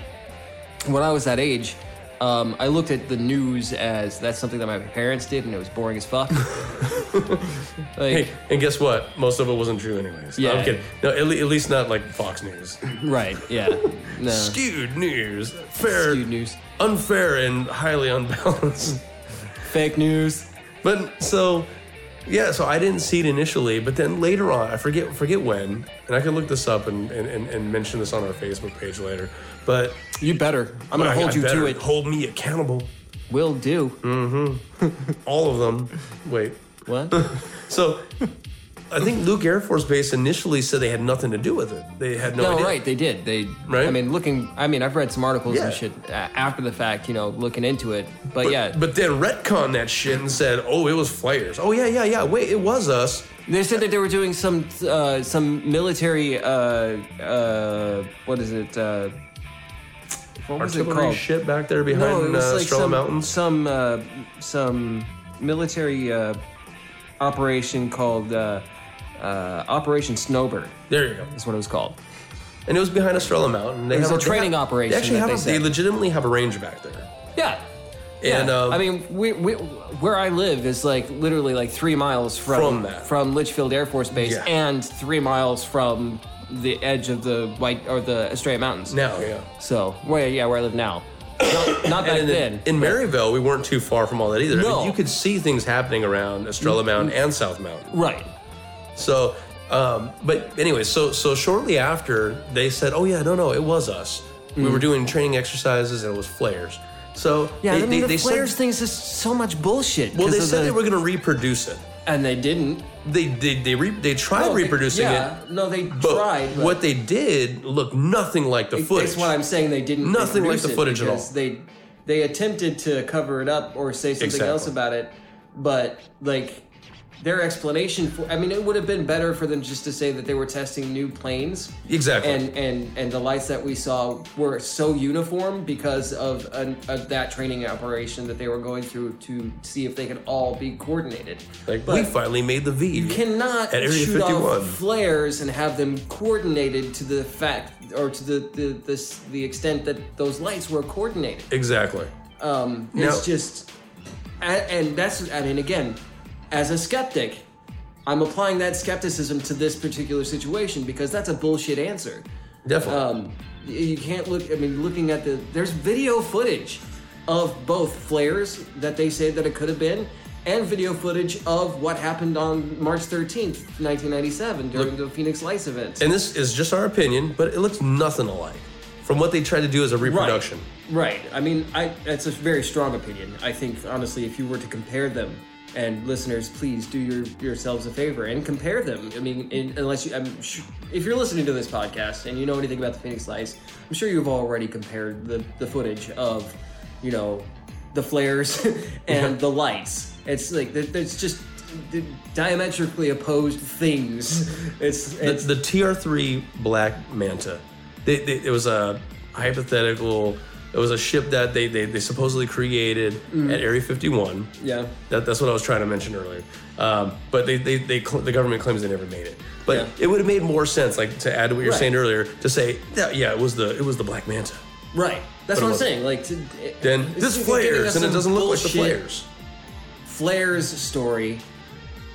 S10: when i was that age Um, I looked at the news as that's something that my parents did, and it was boring as fuck. like,
S3: Hey, and guess what? Most of it wasn't true, anyways. No,
S10: Yeah.
S3: I'm kidding. No, at, le- at least not like Fox News.
S10: right? Yeah. No.
S3: Skewed news, fair,
S10: Skewed news.
S3: unfair, and highly unbalanced.
S10: Fake news.
S3: But so, yeah. So I didn't see it initially, but then later on, I forget forget when, and I can look this up and and, and, and mention this on our Facebook page later. But
S10: You better. I'm gonna
S3: I-
S10: hold
S3: I
S10: you
S3: better Hmm.
S10: to it.
S3: Hold me accountable.
S10: Will do.
S3: All of them. Wait.
S10: What?
S3: So. I think Luke Air Force Base initially said they had nothing to do with it. They had no,
S10: No,
S3: idea.
S10: right. They did. They.
S3: Right?
S10: I mean, looking. I mean, I've read some articles and
S3: Yeah.
S10: shit uh, after the fact. You know, looking into it. But, yeah,
S3: But then retcon that shit and said, "Oh, it was flayers. Oh yeah, yeah, yeah. Wait, it was us.
S10: They said that they were doing some uh, some military uh, uh, what is it? Uh, what was it
S3: Artillery
S10: called?
S3: shit back there
S10: no,
S3: behind
S10: it was
S3: uh,
S10: like
S3: Strella
S10: some
S3: Mountains.
S10: some uh, some military uh, operation called uh, uh, Operation Snowbird.
S3: There you go.
S10: Is what it was called.
S3: And it was behind Estrella Mountain. They
S10: It was
S3: have
S10: a training
S3: they have-
S10: operation
S3: They
S10: that
S3: actually have.
S10: they
S3: a,
S10: said.
S3: they legitimately have a range back there.
S10: Yeah.
S3: And
S10: yeah.
S3: um,
S10: I mean, we, we, where I live is like literally like three miles from
S3: From that.
S10: from Litchfield Air Force Base
S3: Yeah.
S10: and three miles from the edge of the White or the Estrella Mountains.
S3: now, yeah.
S10: So where yeah, where I live now. Not, not back
S3: And
S10: then.
S3: in, in Maryvale, we weren't too far from all that either. I mean,
S10: No. Mm-hmm.
S3: you could see things happening around Estrella Mountain and South Mountain.
S10: right.
S3: So, um, but anyway, so so shortly after they said, "Oh yeah, no, no, it was us. We were doing training exercises and it was flares." So
S10: Hmm. Yeah,
S3: they,
S10: I mean
S3: they,
S10: the
S3: they
S10: flares
S3: said,
S10: things is so much bullshit.
S3: Well,
S10: 'cause
S3: they
S10: of
S3: said
S10: the-
S3: they were going to reproduce it.
S10: and they didn't.
S3: They they they, re, they tried
S10: No, they-
S3: reproducing
S10: yeah,
S3: it.
S10: No, they
S3: But
S10: tried. But
S3: what they did looked nothing like the
S10: it-
S3: footage.
S10: That's what I'm saying. They didn't.
S3: Nothing like
S10: reproduce
S3: the
S10: it
S3: footage at all.
S10: because They they attempted to cover it up or say something
S3: Exactly.
S10: else about it, but like their explanation for I mean it would have been better for them just to say that they were testing new planes.
S3: Exactly.
S10: And and and the lights that we saw were so uniform because of, an, of that training operation that they were going through to see if they could all be coordinated.
S3: like
S10: But-
S3: we finally made the V.
S10: you cannot
S3: at Area
S10: shoot
S3: 51.
S10: off flares and have them coordinated to the fact or to the the this, the extent that those lights were coordinated.
S3: Exactly.
S10: Um,
S3: No.
S10: It's just, and, and that's I mean again, as a skeptic, I'm applying that skepticism to this particular situation because that's a bullshit answer.
S3: Definitely.
S10: Um, y- you can't look. I mean, looking at the there's video footage of both flares that they say that it could have been, and video footage of what happened on March 13th, 1997, during the Phoenix Lights event.
S3: and this is just our opinion, but it looks nothing alike from what they tried to do as a reproduction.
S10: Right. I mean, I that's a very strong opinion. I think honestly, if you were to compare them, and listeners, please do your, yourselves a favor and compare them. I mean, in, unless you, I'm sh- if you're listening to this podcast and you know anything about the Phoenix Lights, I'm sure you've already compared the the footage of, you know, the flares and the lights. It's like there- there's just diametrically opposed things. It's,
S3: The,
S10: it's
S3: the TR3 Black Manta. They, they, it was a hypothetical. It was a ship that they they, they supposedly created at Area 51.
S10: Mm. yeah.
S3: That, that's what I was trying to mention earlier. Um, but they, they, they cl- the government claims they never made it. But
S10: Yeah.
S3: it would have made more sense, like to add to what you're
S10: Right.
S3: saying earlier, to say, yeah, yeah, it was the it was the Black Manta.
S10: Right. That's what
S3: But
S10: I'm
S3: look,
S10: saying. Like to,
S3: Then
S10: it's
S3: this
S10: giving
S3: flares,
S10: us
S3: and it
S10: some
S3: doesn't look like the
S10: bullshit
S3: flares.
S10: Flares story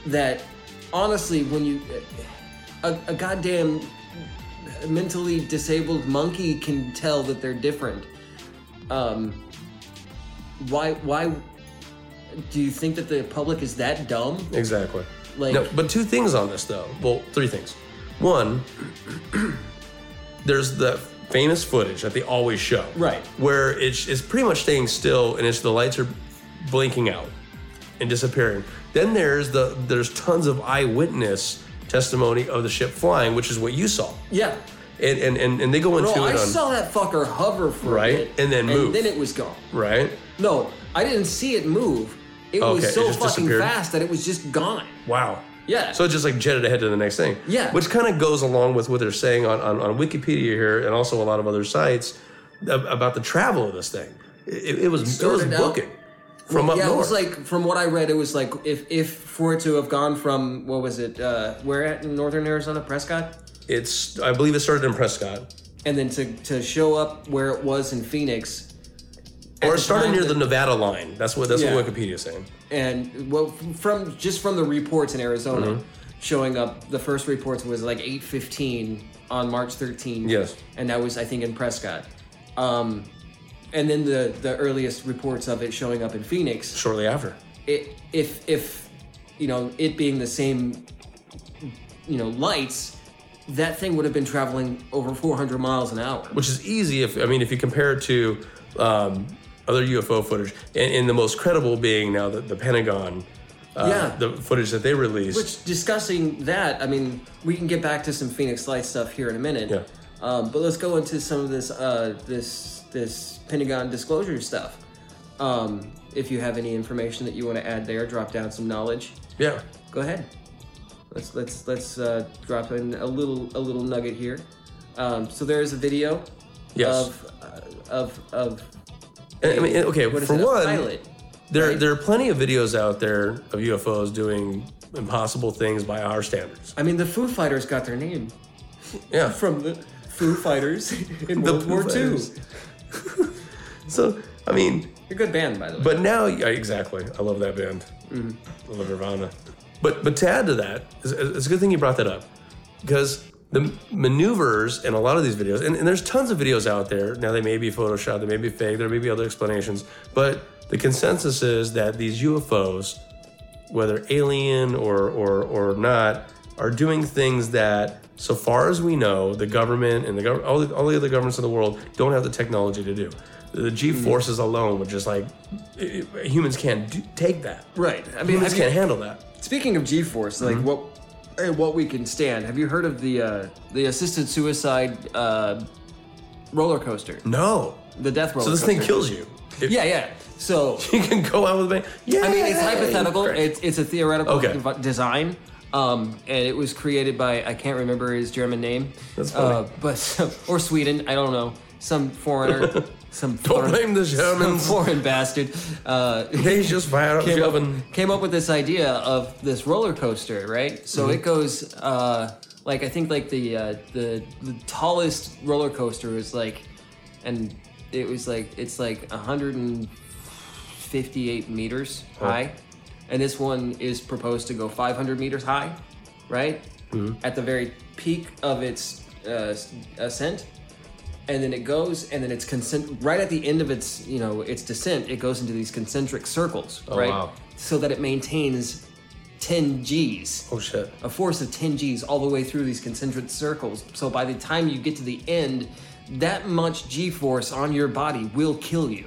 S10: that honestly, when you a, a goddamn mentally disabled monkey can tell that they're different. Um, why? Why do you think that the public is that dumb?
S3: Exactly.
S10: Like-
S3: no, but two things on this though. Well, three things. One, there's the famous footage that they always show,
S10: Right.
S3: Where it's it's pretty much staying still, and it's the lights are blinking out and disappearing. Then there's the there's tons of eyewitness testimony of the ship flying, which is what you saw,
S10: Yeah.
S3: and and and, and they go into
S10: Bro,
S3: it
S10: Oh, I
S3: on
S10: saw that fucker hover for
S3: Right,
S10: a bit,
S3: and then move.
S10: and then it was gone.
S3: right.
S10: No, I didn't see it move. It
S3: Okay, it
S10: was so
S3: just
S10: fucking
S3: disappeared?
S10: fast that it was just gone.
S3: Wow.
S10: Yeah.
S3: So it just like jetted ahead to the next thing.
S10: Yeah.
S3: Which kind of goes along with what they're saying on, on, on Wikipedia here and also a lot of other sites ab- about the travel of this thing. It, it was it was
S10: started out-
S3: booking from up
S10: yeah,
S3: north.
S10: it was like from what I read, it was like if if for it to have gone from what was it, uh, where at in northern Arizona, Prescott,
S3: it's I believe it started in Prescott.
S10: and then to to show up where it was in Phoenix,
S3: Or
S10: the
S3: started
S10: time
S3: near
S10: that-
S3: the Nevada line. That's what that's
S10: Yeah.
S3: what Wikipedia is saying.
S10: and well from just from the reports in arizona
S3: Mm-hmm.
S10: showing up the first reports was like 8.15 on march 13th
S3: Yes.
S10: and that was i think in prescott um, and then the the earliest reports of it showing up in phoenix
S3: Shortly after.
S10: it, if if you know it being the same you know lights that thing would have been traveling over 400 miles an hour
S3: which is easy if I mean if you compare it to um, other UFO footage, and, and the most credible being now the, the Pentagon, uh,
S10: Yeah.
S3: the footage that they released.
S10: Which discussing that, I mean, we can get back to some Phoenix Light stuff here in a minute.
S3: Yeah.
S10: Um, but let's go into some of this uh, this this Pentagon disclosure stuff. Um, if you have any information that you want to add there, drop down some knowledge.
S3: yeah,
S10: Go ahead. Let's let's let's uh, drop in a little a little nugget here. Um, so there is a video
S3: Yes.
S10: of uh, of of
S3: And, I mean okay.
S10: what is
S3: for
S10: it, a
S3: one,
S10: pilot.
S3: there
S10: right?
S3: there are plenty of videos out there of UFOs doing impossible things by our standards.
S10: I mean, the Foo Fighters got their name
S3: Yeah,
S10: from the Foo Fighters in
S3: The
S10: World
S3: Foo
S10: War
S3: Fighters.
S10: II.
S3: so I mean,
S10: You're a good band, by the way.
S3: But now, yeah, exactly. I love that band. I love Nirvana. But but to add to that, it's, it's a good thing you brought that up because the maneuvers in a lot of these videos, and, and there's tons of videos out there now. They may be photoshopped, they may be fake, there may be other explanations. But the consensus is that these UFOs, whether alien or or or not, are doing things that. So far as we know, the government and the gov- all, the, all the other governments in the world don't have the technology to do. The G
S10: Mm-hmm.
S3: forces alone would just like it- it- humans can't do, take that.
S10: Right. I mean,
S3: Humans
S10: have you-
S3: can't handle that.
S10: speaking of G-force, like
S3: Mm-hmm.
S10: what eh, what we can stand. Have you heard of the uh, the assisted suicide uh, roller coaster?
S3: No.
S10: The death roller.
S3: Mm. So this
S10: coaster.
S3: thing kills you. If
S10: Yeah, yeah. So
S3: You can go out with a bang. Yeah.
S10: I mean, it's hypothetical. It's it's a theoretical
S3: Okay.
S10: dev- design. Um, and it was created by I can't remember his German name,
S3: That's funny.
S10: Uh, but or Sweden, I don't know, some foreigner, some foreign,
S3: blame the
S10: some
S3: Germans.
S10: foreign bastard. Uh,
S3: they just fire up
S10: came up,
S3: oven.
S10: came up with this idea of this roller coaster, right?
S3: Mm-hmm.
S10: So it goes uh, like I think like the, uh, the the tallest roller coaster is like, and it was like it's like 158 meters high, and this one is proposed to go 500 meters high, right?
S3: Hmm.
S10: At the very peak of its uh, s- ascent and then it goes and then it's concent- right at the end of its you know its descent it goes into these concentric circles right
S3: Oh, wow.
S10: so that it maintains 10 g's
S3: Oh shit.
S10: a force of 10 g's all the way through these concentric circles so by the time you get to the end that much g force on your body will kill you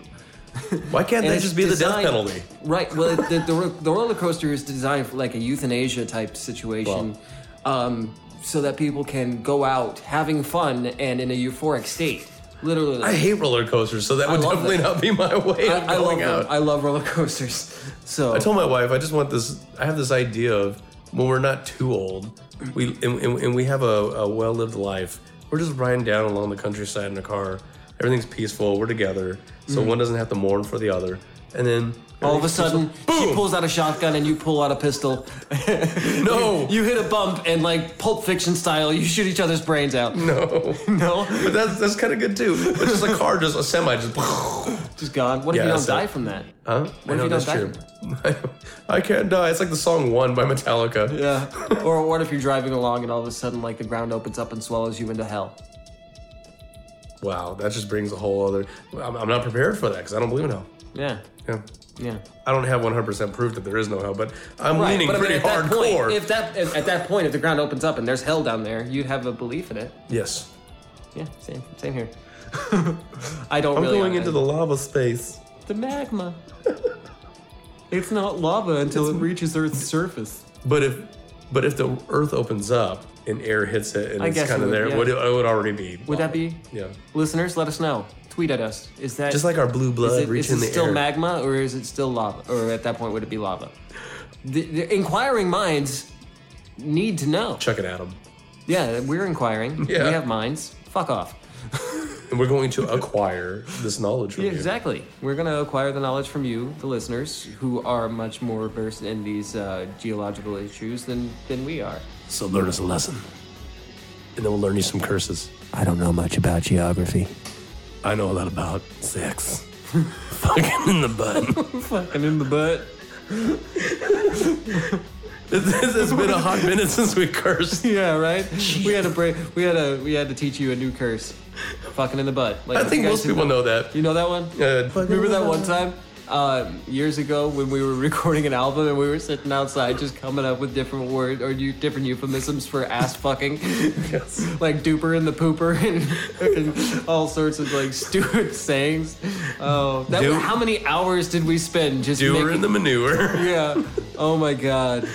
S3: Why can't that
S10: it's
S3: just be the death
S10: designed-
S3: penalty?
S10: Right. Well, it, the, the, ro- the roller coaster is designed for like a euthanasia type situation, um, so that people can go out having fun and in a euphoric state. Literally.
S3: I hate roller coasters, so that would
S10: love
S3: definitely
S10: them.
S3: not be my way
S10: I,
S3: of
S10: I love
S3: going
S10: them.
S3: out.
S10: I love roller coasters. So
S3: I told my wife, I just want this. I have this idea of when we're not too old, we and, and, and we have a, a well lived life. We're just riding down along the countryside in a car. Everything's peaceful. We're together, so one doesn't have to mourn for the other. And then
S10: Mm. all of a sudden, she pulls out a shotgun and you pull out a pistol.
S3: no,
S10: You hit a bump and like Pulp Fiction style, you shoot each other's brains out.
S3: no,
S10: No,
S3: but that's that's kind of good too. But just a car, just a semi, just
S10: just gone. What if
S3: Yeah,
S10: you
S3: that's
S10: don't
S3: it.
S10: die from that?
S3: huh?
S10: What if you don't die?
S3: I can't die. It's like the song "One" by Metallica.
S10: Yeah. or what if you're driving along and all of a sudden, like, the ground opens up and swallows you into hell?
S3: Wow, that just brings a whole other. I'm, I'm not prepared for that because I don't believe in hell.
S10: Yeah.
S3: Yeah.
S10: Yeah.
S3: I don't have 100% proof that there is no hell, but I'm leaning
S10: but I mean, at
S3: pretty
S10: that
S3: hardcore.
S10: Point, if that if, at that point, if the ground opens up and there's hell down there, you'd have a belief in it.
S3: yes.
S10: Yeah. Same. Same here. I don't.
S3: I'm
S10: really
S3: going
S10: honestly.
S3: into the lava space.
S10: the magma. it's not lava until it reaches Earth's surface.
S3: But if but if the earth opens up and air hits it and
S10: I
S3: it's
S10: guess it
S3: kind of
S10: would,
S3: there,
S10: yeah.
S3: would it, it would already be.
S10: Would that
S3: lava.
S10: be?
S3: Yeah.
S10: Listeners, let us know. Tweet at us. Is that
S3: Just like our blue
S10: Is
S3: blood
S10: it, is
S3: reaching
S10: it
S3: the
S10: still
S3: air.
S10: magma or is it still lava? Or at that point, would it be lava? The, the inquiring minds need to know.
S3: Chuck it at them.
S10: Yeah, we're inquiring.
S3: Yeah.
S10: We have minds. Fuck off.
S3: And we're going to acquire this knowledge from
S10: Yeah,
S3: you.
S10: exactly. We're going to acquire the knowledge from you, the listeners, who are much more versed in these uh, geological issues than, than we are.
S3: So learn us a lesson. And then we'll learn you some curses.
S10: I don't know much about geography.
S3: I know a lot about sex. Fucking in the butt.
S10: Fucking in the butt.
S3: This has been a hot minute since we cursed.
S10: Yeah, right. We had to break. We had to. We had to teach you a new curse. Fucking in the butt. Like
S3: I think
S10: you guys
S3: most people know that. uh,
S10: You know that one?
S3: Yeah.
S10: Remember that one time uh, years ago when we were recording an album and we were sitting outside just coming up with different words or you, different euphemisms for ass fucking, like duper and the pooper and, and all sorts of like stupid sayings. Oh, that,
S3: Dupe.
S10: how many hours did we spend just
S3: Doer in
S10: making?
S3: the manure.
S10: yeah. Oh my god.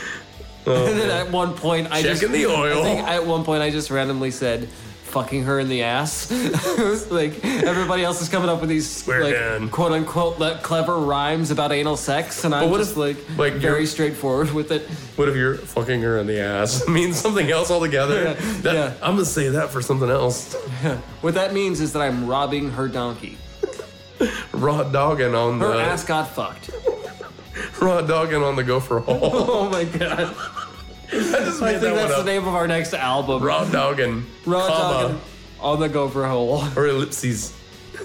S10: and then at one point, I just
S3: Oh, Checking the oil.
S10: I think at one point I just randomly said, "Fucking her in the ass." It was like everybody else is coming up with these
S3: We're
S10: like
S3: done.
S10: quote unquote le- clever rhymes about anal sex, and I'm
S3: what
S10: just
S3: if,
S10: like,
S3: like,
S10: very
S3: you're-
S10: straightforward with it.
S3: What if you're fucking her in the ass? It means something else altogether.
S10: Yeah,
S3: That-
S10: yeah.
S3: I'm gonna say that for something else.
S10: What that means is that I'm robbing her donkey.
S3: Raw dogging on
S10: Her
S3: the
S10: ass got fucked.
S3: raw dogging on the gopher hole.
S10: Oh my god!
S3: I just
S10: I
S3: made
S10: think
S3: that one
S10: that's the
S3: up.
S10: name of our next album.
S3: Raw dogging.
S10: Raw
S3: comma,
S10: dogging on the gopher hole.
S3: Or ellipses.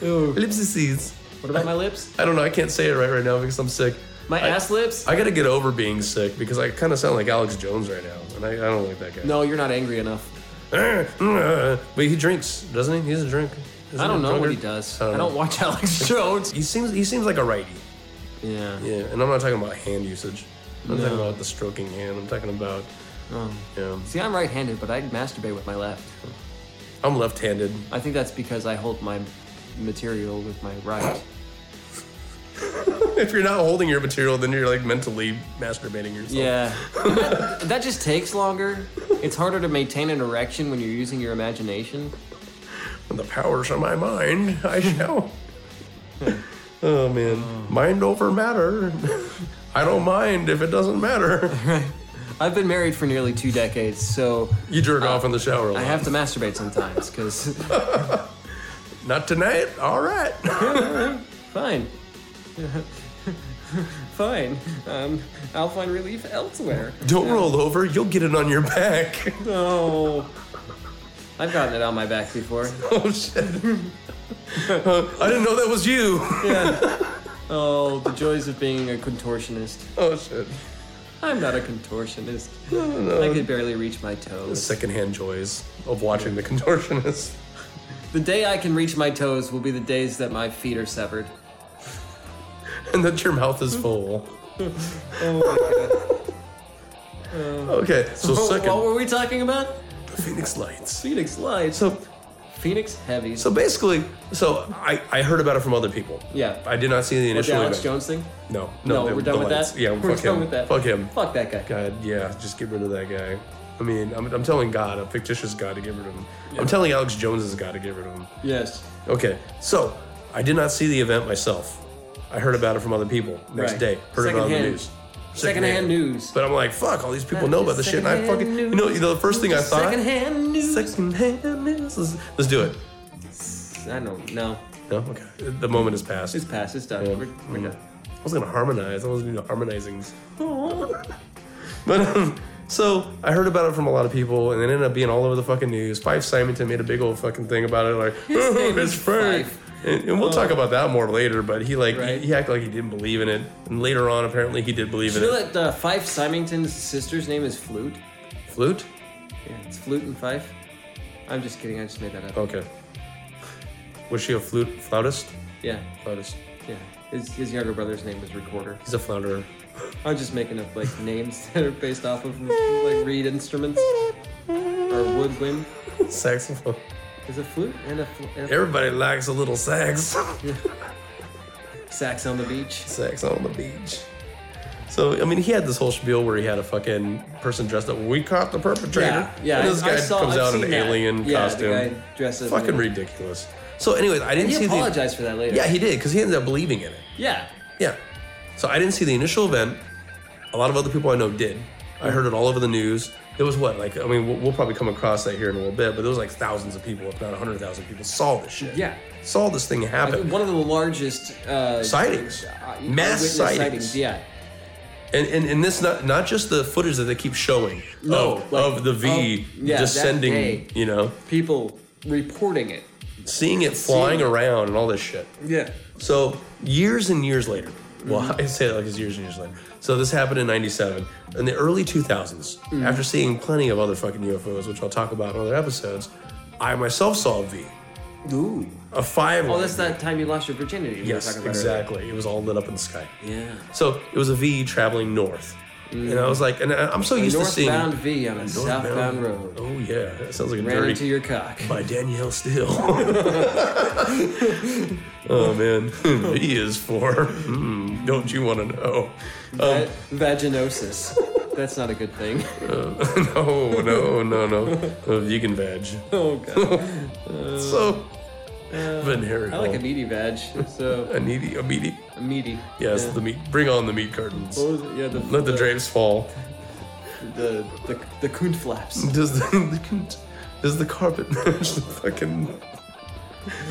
S10: Ooh.
S3: Ellipses.
S10: What about my lips?
S3: I don't know. I can't say it right right now because I'm sick.
S10: My ass lips?
S3: I gotta get over being sick because I kind of sound like Alex Jones right now, and I, I don't like that guy.
S10: No, you're not angry enough.
S3: but he drinks, doesn't he? He's a drink. Isn't
S10: I don't
S3: he a
S10: know what
S3: drunkard?
S10: he does.
S3: I don't,
S10: I don't
S3: know.
S10: watch Alex Jones.
S3: He seems he seems like a righty.
S10: Yeah.
S3: Yeah, and I'm not talking about hand usage. I'm not talking about the stroking hand. I'm talking about. Yeah,
S10: Um, See, I'm right-handed, but I masturbate with my left.
S3: I'm left-handed.
S10: I think that's because I hold my material with my right.
S3: If you're not holding your material, then you're like mentally masturbating yourself.
S10: Yeah. that, that just takes longer. It's harder to maintain an erection when you're using your imagination.
S3: The powers of my mind, I shall. oh man, mind over matter. I don't mind if it doesn't matter.
S10: I've been married for nearly two decades, so
S3: You jerk off in the shower. A lot.
S10: I have to masturbate sometimes because
S3: Not tonight. All right.
S10: fine. fine. Um, I'll find relief elsewhere.
S3: Don't roll over. You'll get it on your back.
S10: No. I've gotten it on my back before.
S3: oh shit. Uh, I didn't know that was you.
S10: Oh, the joys of being a contortionist.
S3: oh shit.
S10: I'm not a contortionist. I could barely reach my toes.
S3: Secondhand joys of watching the contortionist.
S10: The day I can reach my toes will be the days that my feet are severed.
S3: and that your mouth is full.
S10: Oh,
S3: okay, so second,
S10: Oh, What were we talking about?
S3: Phoenix Lights.
S10: Phoenix Lights.
S3: So,
S10: Phoenix Heavies.
S3: so basically, so I, I heard about it from other people.
S10: Yeah.
S3: I did not see the
S10: With the
S3: initial.
S10: Alex
S3: event.
S10: Jones thing?
S3: No,
S10: No,
S3: no, the-
S10: we're done
S3: the
S10: with
S3: lights.
S10: that.
S3: Yeah,
S10: we're
S3: fuck
S10: done
S3: him.
S10: with that.
S3: Fuck him.
S10: Fuck that guy.
S3: God, yeah, just get rid of that guy. I mean, I'm, I'm telling God, a fictitious God, to get rid of him. I'm telling Alex Jones has got to get rid of him.
S10: Yes.
S3: Okay, so I did not see the event myself. I heard about it from other people next
S10: Right.
S3: day. Heard about it on the
S10: Secondhand.
S3: news.
S10: Secondhand news.
S3: But I'm like, fuck, all these people
S10: That
S3: know
S10: is
S3: about this shit. And I
S10: secondhand
S3: fucking, you
S10: news.
S3: know, you know, the first thing I thought.
S10: Secondhand news.
S3: Secondhand news. Let's, let's do it.
S10: I don't know.
S3: No? Okay. The moment is past.
S10: It's past. It's done.
S3: Yeah. Mm.
S10: We're, we're done.
S3: I was gonna harmonize. I wasn't into harmonizings. but um, so I heard about it from a lot of people, and it ended up being all over the fucking news. Five Simonton made a big old fucking thing about it, like oh,
S10: name
S3: it's
S10: is
S3: fake.
S10: Fife. Oh.
S3: And, and we'll talk about that more later. But he like
S10: Right.
S3: he, he acted like he didn't believe in it, and later on apparently he did believe in
S10: You know
S3: it.
S10: that uh, Fife Symington's sister's name is Flute?
S3: Flute?
S10: Yeah, it's Flute and Fife. I'm just kidding. I just made that up.
S3: Okay. Was she a flute flautist?
S10: Yeah,
S3: Flautist.
S10: yeah. His, his younger brother's name was Recorder.
S3: He's a flounderer.
S10: I'm just making up like names that are based off of like reed instruments or woodwind.
S3: Saxophone.
S10: Is a flute and a, fl- and a
S3: Everybody likes a little sax.
S10: sax on the beach.
S3: sex on the beach. So I mean, he had this whole spiel where he had a fucking person dressed up. We caught the perpetrator.
S10: yeah.
S3: And this
S10: I- I
S3: guy
S10: saw-
S3: comes
S10: I've
S3: out in an
S10: seen that. Yeah,
S3: alien
S10: the
S3: costume.
S10: guy dressed as
S3: fucking
S10: an alien.
S3: ridiculous. So, anyways, I didn't
S10: He
S3: see
S10: apologized for that
S3: the.
S10: later.
S3: Yeah, he did because he ended up believing in it.
S10: Yeah.
S3: Yeah. So I didn't see the initial event. A lot of other people I know did. I heard it all over the news. There was what, like, I mean, we'll, we'll probably come across that here in a little bit, but there was like thousands of people, if not 100,000 people, saw this shit.
S10: Yeah.
S3: Saw this thing
S10: I
S3: happen.
S10: think one of the largest uh,
S3: sightings.
S10: uh,
S3: Mass
S10: eyewitness
S3: sightings.
S10: Yeah.
S3: And, and and this not not just the footage that they keep showing
S10: No,
S3: of,
S10: like,
S3: of the V
S10: of- yeah, that
S3: descending,
S10: day.
S3: you know.
S10: People reporting it.
S3: seeing it flying around and all this shit.
S11: Yeah.
S3: So years and years later, well,
S10: Mm-hmm.
S3: I say it like it's years and years later. So this happened in '97, in the early 2000s.
S10: Mm-hmm.
S3: After seeing plenty of other fucking UFOs, which I'll talk about in other episodes, I myself saw a V,
S11: Ooh.
S3: a five.
S10: Oh, that's that time you lost your virginity. we were
S3: Yes,
S10: talking about
S3: exactly. It was all lit up in the sky.
S10: earlier. Yeah. Mm-hmm.
S3: So it was a V traveling north, and I was like, and I- I'm so used to seeing
S10: northbound V on a
S3: northbound-
S10: southbound road.
S3: Oh yeah, that sounds like a
S10: Ran
S3: dirty Um,
S10: into your cock.
S3: by Danielle Steele. oh man, V is for. hmm, don't you want to know? Um,
S10: Va- vaginosis. That's not a good thing.
S3: no, no, no, no. A vegan veg.
S10: Oh god.
S3: So, venereal.
S10: Uh, I like a meaty vag. So
S3: A needy, a meaty.
S10: a meaty.
S3: Yes,
S10: Yeah. uh,
S3: the meat. Bring on the meat curtains.
S10: What was it? Yeah, the,
S3: Let the drapes fall.
S10: the the the coon flaps.
S3: Does the does the carpet match the fucking?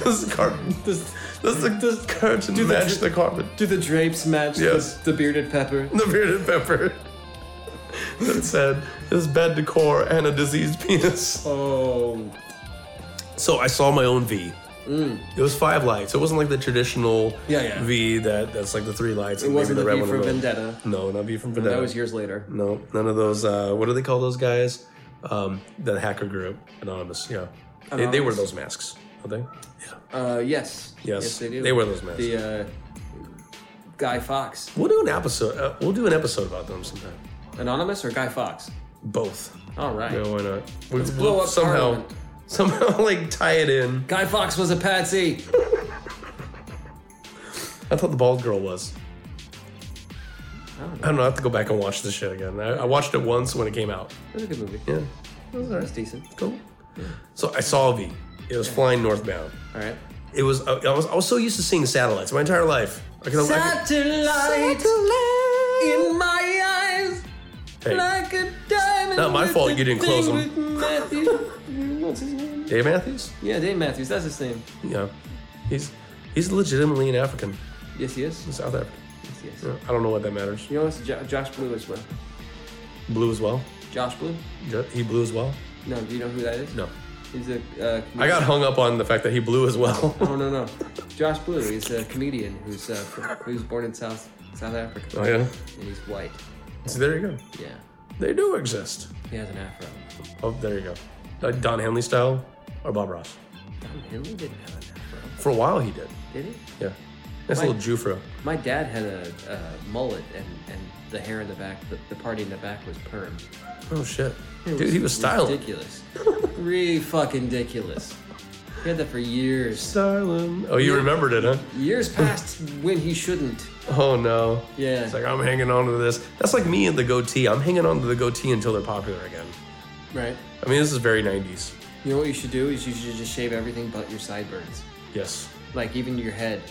S3: Does the carpet does, does the does curtain
S10: the
S3: match
S10: dra-
S3: the carpet?
S10: Do the drapes match
S3: Yes.
S10: the, the bearded pepper?
S3: The bearded pepper. that said, "This bad decor and a diseased penis."
S10: Oh,
S3: So I saw my own V. It was five lights. It wasn't like the traditional
S10: Mm. Yeah, yeah.
S3: V that that's like the three lights.
S10: it wasn't the
S3: red
S10: V
S3: one
S10: for
S3: and the-
S10: Vendetta.
S3: No, not V from Vendetta.
S10: That was years later.
S3: No, none of those. Uh, what do they call those guys? Um, that hacker group, Anonymous. Yeah, They, they wear
S10: Anonymous.
S3: those masks, don't they?
S10: Uh, yes.
S3: Yes,
S10: they do.
S3: they wear those masks.
S10: The uh, Guy Fox,
S3: We'll do an episode. Uh, we'll do an episode about them sometime.
S10: anonymous or Guy Fox?
S3: Both.
S10: All right.
S3: Yeah, why not? We, Let's
S10: blow up
S3: somehow,
S10: Parliament.
S3: somehow like tie it in.
S10: Guy Fox was a patsy.
S3: I thought the bald girl was. I don't know. I have to go back and watch this shit again. I, I watched it once when it came out.
S10: It was a good movie.
S3: Yeah,
S10: That's decent.
S3: cool. So I saw a V. It was flying northbound.
S10: All right.
S3: It was. I, I was. I was so used to seeing satellites my entire life. I could, I
S10: Satellite in my eyes
S3: could, hey,
S10: like a diamond.
S3: Not my
S10: with
S3: fault
S10: the
S3: you didn't close
S10: thing with Matthew.
S3: Dave Matthews.
S10: yeah, Dave Matthews. That's his name.
S3: Yeah, he's he's legitimately an African,
S10: Yes, he is.
S3: South African.
S10: Yes, he is.
S3: Yeah, I don't know what that matters.
S10: You know, it's jo- Josh Blue as well.
S3: Blue as well.
S10: Josh Blue?
S3: Yeah, He blew as well.
S10: No, do you know who that is?
S3: No,
S10: He's a. Uh,
S3: I got hung up on the fact that he blew as well.
S10: Oh no no, Josh Blue. He's a comedian who's uh, fr- who's born in South South Africa.
S3: oh yeah.
S10: And he's white.
S3: So there you go.
S10: Yeah.
S3: They do exist.
S10: He has an afro.
S3: Oh, there you go. Like Don Henley style or Bob Ross.
S10: Don Henley didn't have an afro,
S3: For a while, he did.
S10: did he?
S3: Yeah. Nice
S10: Wait.
S3: little Jufro.
S10: My dad had a, a mullet and, and the hair in the back, the, the party in the back was perm.
S3: Oh, shit. Dude, he was styling.
S10: Ridiculous. Re fucking ridiculous. He had that for years.
S3: Styling. Oh, you remembered it, huh?
S10: Years past when he shouldn't.
S3: Oh, no.
S10: Yeah.
S3: It's like, I'm hanging on to this. That's like me and the goatee. I'm hanging on to the goatee until they're popular again.
S10: Right.
S3: I mean, this is very 90s.
S10: You know what you should do is you should just shave everything but your sideburns.
S3: Yes.
S10: Like even your head.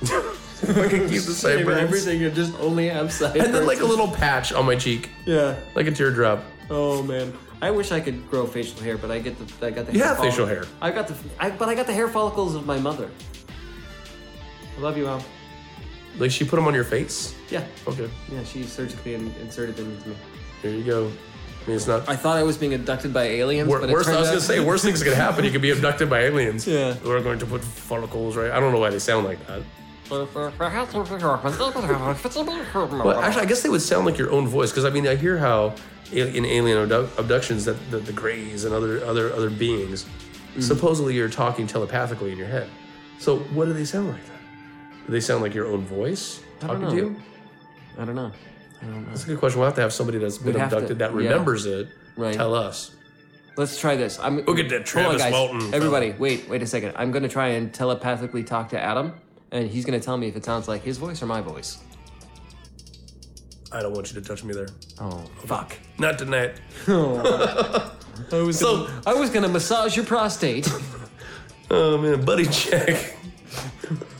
S3: Fucking keep the
S10: Shave
S3: sideburns.
S10: everything and just only have sideburns.
S3: And then, like, a little patch on my cheek,
S10: Yeah.
S3: like a teardrop.
S10: Oh man. I wish I could grow facial hair, but I get the I got the
S3: You
S10: hair
S3: have
S10: follicle-
S3: facial hair.
S10: I got the I, but I got the hair follicles of my mother. I love you, mom.
S3: Like, she put them on your face.
S10: Yeah.
S3: Okay.
S10: Yeah, she surgically in, inserted them into me.
S3: There you go. I mean, it's not.
S10: I thought I was being abducted by aliens,
S3: Wor-
S10: but it
S3: worst, I
S10: turned
S3: was
S10: out-
S3: gonna say worst things can happen. You could be abducted by aliens.
S10: Yeah.
S3: we're going to put follicles right. I don't know why they sound like that. But actually, I guess they would sound like your own voice because I mean, I hear how a- in alien abdu- abductions that the, the Greys and other other other beings
S10: Mm.
S3: supposedly you're talking telepathically in your head. So what do they sound like? Then? Do they sound like your own voice talking
S10: know.
S3: to you?
S10: I don't know. I don't know.
S3: That's a good question. We'll have to have somebody that's been
S10: We'd have to-
S3: abducted that
S10: yeah.
S3: remembers it.
S10: Right.
S3: Tell us.
S10: Let's try this. I'm
S3: Look at that
S10: Hold on,
S3: Travis
S10: guys.
S3: Walton fella.
S10: Everybody, wait, wait a second. I'm gonna try and telepathically talk to Adam, and he's gonna tell me if it sounds like his voice or my voice.
S3: I don't want you to touch me there.
S10: Oh fuck.
S3: Not tonight.
S10: Oh. I was
S3: So-
S10: gonna, I was gonna massage your prostate
S3: Oh man, buddy, check.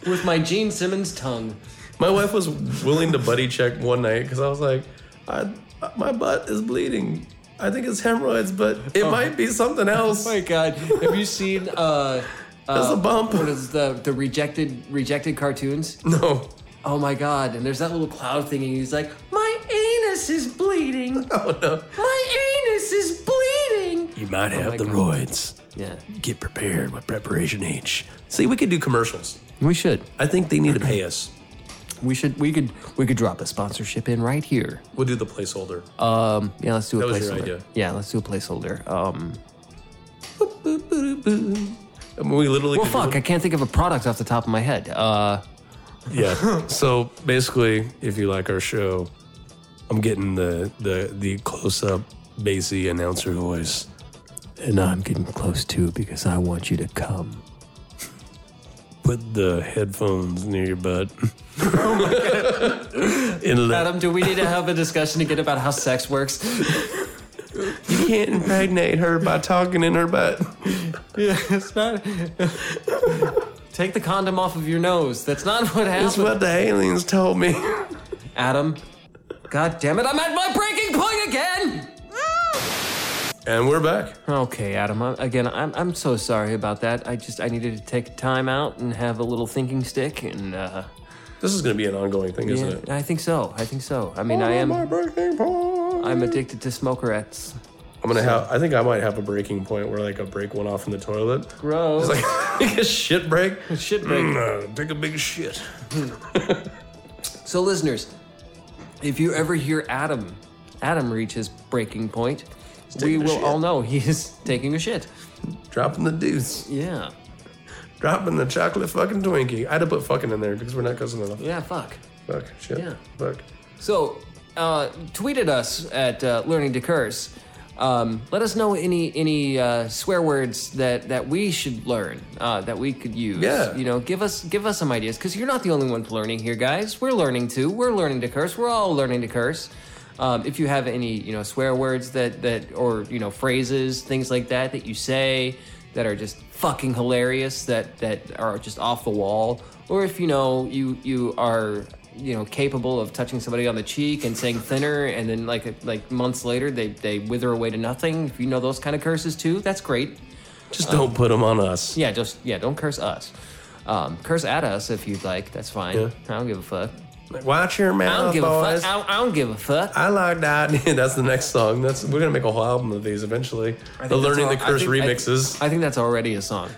S10: with my Gene Simmons tongue.
S3: My wife was willing to buddy check one night because I was like, I, my butt is bleeding. I think it's hemorrhoids, but it might be something else.
S10: Oh my god. Have you seen uh
S3: There's a bump.
S10: what is the the rejected rejected cartoons?
S3: No.
S10: Oh my god, and there's that little cloud thing and he's like, My anus is bleeding!
S3: Oh no.
S10: My anus is bleeding!
S3: You might have
S10: Oh my
S3: the
S10: God.
S3: roids.
S10: Yeah,
S3: Get prepared with preparation H. See, we could do commercials.
S10: we should.
S3: I think they need to pay us.
S10: We should. We could. We could drop a sponsorship in right here.
S3: We'll do the placeholder.
S10: Um. Yeah. Let's do a
S3: That was
S10: placeholder.
S3: your idea.
S10: Yeah. Let's do a placeholder. Um.
S3: I mean, we literally.
S10: Well,
S3: could do
S10: fuck. I can't think of a product off the top of my head. Uh.
S3: Yeah. so basically, if you like our show, I'm getting the the the close up bassy announcer voice.
S10: And I'm getting close too because I want you to come.
S3: Put the headphones near your butt. And let-
S10: Adam, do we need to have a discussion again about how sex works?
S3: you can't impregnate her by talking in her butt.
S10: Yeah, it's not. Take the condom off of your nose. That's not what happened.
S3: That's what the aliens told me.
S10: Adam, god damn it, I'm at my breaking point again.
S3: And we're back.
S10: Okay, Adam. I, again, I'm I'm so sorry about that. I just I needed to take time out and have a little thinking stick, and uh,
S3: This is going to be an ongoing thing,
S10: yeah,
S3: isn't it?
S10: I think so. I think so. I mean, I
S3: Oh, My
S10: am
S3: breaking point.
S10: I'm addicted to smokerettes.
S3: I'm gonna have. I think I might have a breaking point where like I break one off in the toilet.
S10: Gross.
S3: It's like take a shit break.
S10: Shit break.
S3: Mm, uh, take a big shit.
S10: So, listeners, if you ever hear Adam, Adam reach his breaking point, we
S3: taking a
S10: will
S3: shit.
S10: all know he is taking a shit.
S3: Dropping the deuce.
S10: Yeah.
S3: Dropping the chocolate fucking Twinkie. I had to put fucking in there because we're not cousin enough.
S10: Yeah. Fuck.
S3: Fuck. Shit.
S10: Yeah.
S3: Fuck.
S10: So, uh, tweet at us at uh, Learning to Curse. Um, let us know any any uh, swear words that, that we should learn uh, that we could use.
S3: Yeah.
S10: You know, give us give us some ideas because you're not the only one learning here, guys. We're learning too. We're learning to curse. We're all learning to curse. Um, if you have any you know swear words that that or you know phrases things like that that you say that are just fucking hilarious that that are just off the wall, or if you know you you are you know capable of touching somebody on the cheek and saying thinner and then like like months later they they wither away to nothing if you know those kind of curses too that's great
S3: Just don't put them on us.
S10: Uh, yeah just yeah don't curse us um, curse at us if you'd like that's fine
S3: Yeah.
S10: i don't give a fuck
S3: Watch your
S10: i
S3: mouth,
S10: don't give a
S3: boys.
S10: fuck I don't, I don't give a fuck
S3: I like that. that's the next song. That's we're gonna make a whole album of these eventually. The
S10: think that's
S3: learning
S10: all-
S3: the
S10: I
S3: curse
S10: think- I-
S3: remixes.
S10: I think that's already a song.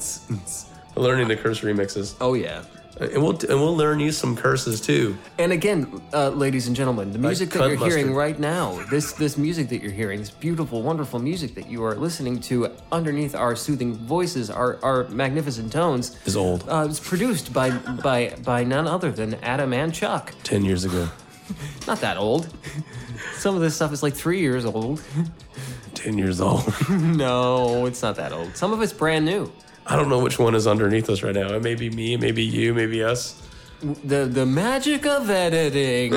S3: The learning the curse remixes. Uh,
S10: Oh yeah.
S3: And we'll and we'll learn you some curses too.
S10: And again, uh, ladies and gentlemen, the music that
S3: cunt
S10: you're hearing
S3: mustard.
S10: right now, this this music that you're hearing, this beautiful, wonderful music that you are listening to underneath our soothing voices, our, our magnificent tones,
S3: Is old.
S10: Uh, it's produced by by by none other than Adam and Chuck.
S3: Ten years ago.
S10: Not that old. Some of this stuff is like three years old.
S3: Ten years old.
S10: No, it's not that old. Some of it's brand new.
S3: I don't know which one is underneath us right now. It may be me, it may be you, maybe us.
S10: the the magic of editing.